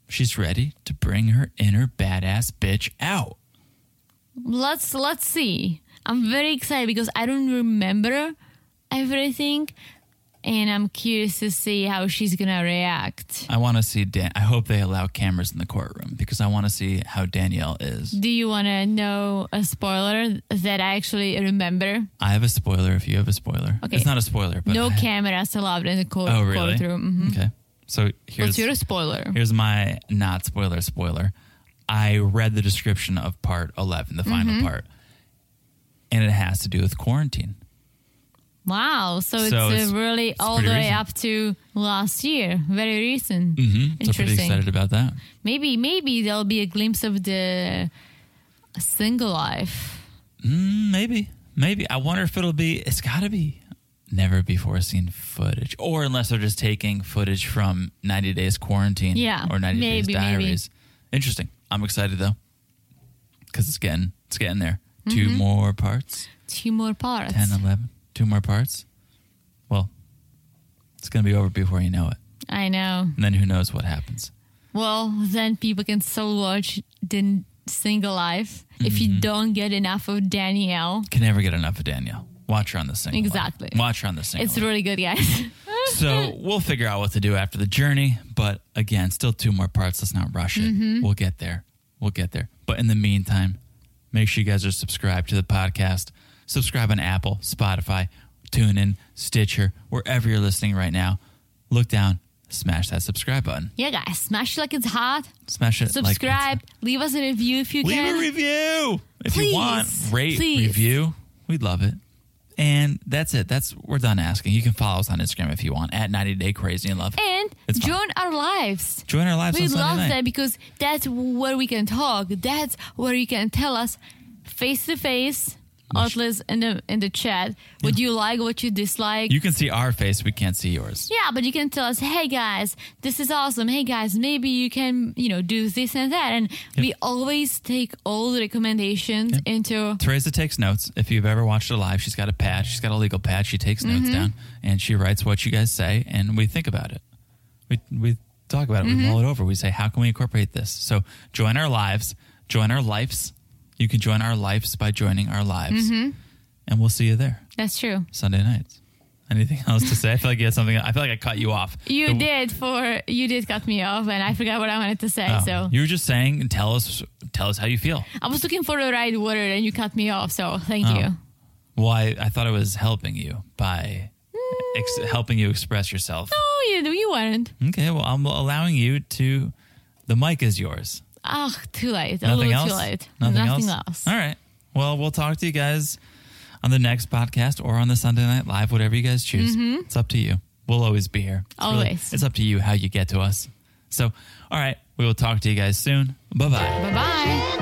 Speaker 1: she's ready to bring her inner badass bitch out.
Speaker 2: let's let's see. I'm very excited because I don't remember everything, and I'm curious to see how she's gonna react.
Speaker 1: I want to see Dan. I hope they allow cameras in the courtroom because I want to see how Danielle is.
Speaker 2: Do you want to know a spoiler that I actually remember?
Speaker 1: I have a spoiler if you have a spoiler.
Speaker 2: Okay.
Speaker 1: It's not a spoiler, but
Speaker 2: no
Speaker 1: I-
Speaker 2: cameras allowed in the court,
Speaker 1: Oh, really?
Speaker 2: courtroom. Mhm.
Speaker 1: Okay. So here's
Speaker 2: What's your spoiler?
Speaker 1: Here's my not spoiler spoiler. I read the description of part 11, the final
Speaker 2: Mm-hmm.
Speaker 1: part, and it has to do with quarantine.
Speaker 2: Wow. So,
Speaker 1: So
Speaker 2: it's,
Speaker 1: it's-
Speaker 2: uh really
Speaker 1: it's
Speaker 2: all the
Speaker 1: pretty
Speaker 2: way
Speaker 1: recent. Mm-hmm.
Speaker 2: up to last year. Very recent.
Speaker 1: So pretty
Speaker 2: Interesting.
Speaker 1: excited about that.
Speaker 2: maybe, maybe there'll be a glimpse of the single life.
Speaker 1: Mm, Maybe, maybe. I wonder if it'll be. It's got to be never before seen footage, or unless they're just taking footage from 90 Days Quarantine,
Speaker 2: Yeah,
Speaker 1: or 90
Speaker 2: maybe,
Speaker 1: Days
Speaker 2: maybe.
Speaker 1: Diaries. Interesting. I'm excited though, because it's getting it's getting there.
Speaker 2: Mm-hmm.
Speaker 1: Two more parts.
Speaker 2: Two more parts.
Speaker 1: 10, 11, two more parts. Well, it's going to be over before you know it.
Speaker 2: I know.
Speaker 1: And then who knows what happens.
Speaker 2: Well, then people can still watch the single life if
Speaker 1: Mm-hmm.
Speaker 2: you don't get enough of Danielle.
Speaker 1: Can never get enough of Danielle. Watch her on the single. line.
Speaker 2: Exactly.
Speaker 1: Watch her on the single.
Speaker 2: It's
Speaker 1: line.
Speaker 2: really good, guys. [laughs]
Speaker 1: so we'll figure out what to do after the journey. But again, still two more parts. Let's not rush it.
Speaker 2: Mm-hmm.
Speaker 1: We'll get there. We'll get there. But in the meantime, make sure you guys are subscribed to the podcast. Subscribe on Apple, Spotify, TuneIn, Stitcher, wherever you're listening right now. Look down, smash that subscribe button.
Speaker 2: Yeah, guys, smash it like it's hot.
Speaker 1: Smash it. like it's-
Speaker 2: Subscribe. leave us a review if you
Speaker 1: Leave
Speaker 2: can.
Speaker 1: a review if
Speaker 2: Please.
Speaker 1: you want. Rate
Speaker 2: Please.
Speaker 1: review. We'd love it. And that's it. That's we're done asking. You can follow us on Instagram if you want at 90 Day Crazy in Love.
Speaker 2: And
Speaker 1: It's fine.
Speaker 2: join our lives.
Speaker 1: Join our lives
Speaker 2: We
Speaker 1: on Sunday
Speaker 2: love
Speaker 1: night.
Speaker 2: that because that's where we can talk. That's where you can tell us face to face, or at least in the in the chat, what you like, what you dislike.
Speaker 1: You can see our face. We can't see yours.
Speaker 2: yeah, but you can tell us, hey guys, this is awesome. Hey guys, maybe you can, you know, do this and that. And we always take all the recommendations into
Speaker 1: Teresa takes notes. If you've ever watched her live, she's got a pad. She's got a legal pad. She takes
Speaker 2: Mm-hmm.
Speaker 1: notes down and she writes what you guys say, and we think about it. We we talk about it. We
Speaker 2: Mm-hmm.
Speaker 1: mull it over. We say, how can we incorporate this? So join our lives. Join our lives. You can join our lives by joining our lives,
Speaker 2: Mm-hmm.
Speaker 1: and we'll see you there
Speaker 2: That's true.
Speaker 1: Sunday nights. Anything else to say? I feel like you had something. I feel like I cut you off.
Speaker 2: You
Speaker 1: The-
Speaker 2: did for you did cut me off and I forgot what I wanted to say.
Speaker 1: oh,
Speaker 2: so
Speaker 1: you were just saying, tell us, tell us how you feel.
Speaker 2: I was looking for the right word and you cut me off. So thank
Speaker 1: Oh.
Speaker 2: you.
Speaker 1: Well, I, I thought I was helping you by ex- helping you express yourself.
Speaker 2: Oh, you you weren't.
Speaker 1: Okay, well, I'm allowing you to. The mic is yours.
Speaker 2: Oh, too late. a
Speaker 1: Nothing
Speaker 2: little
Speaker 1: else.
Speaker 2: too late.
Speaker 1: All right. Well, we'll talk to you guys on the next podcast or on the Sunday Night Live, whatever you guys choose. It's up to you. We'll always be here. It's really-
Speaker 2: Mm-hmm. Always.
Speaker 1: it's up to you how you get to us. So, all right. We will talk to you guys soon. Bye bye.
Speaker 2: Bye bye.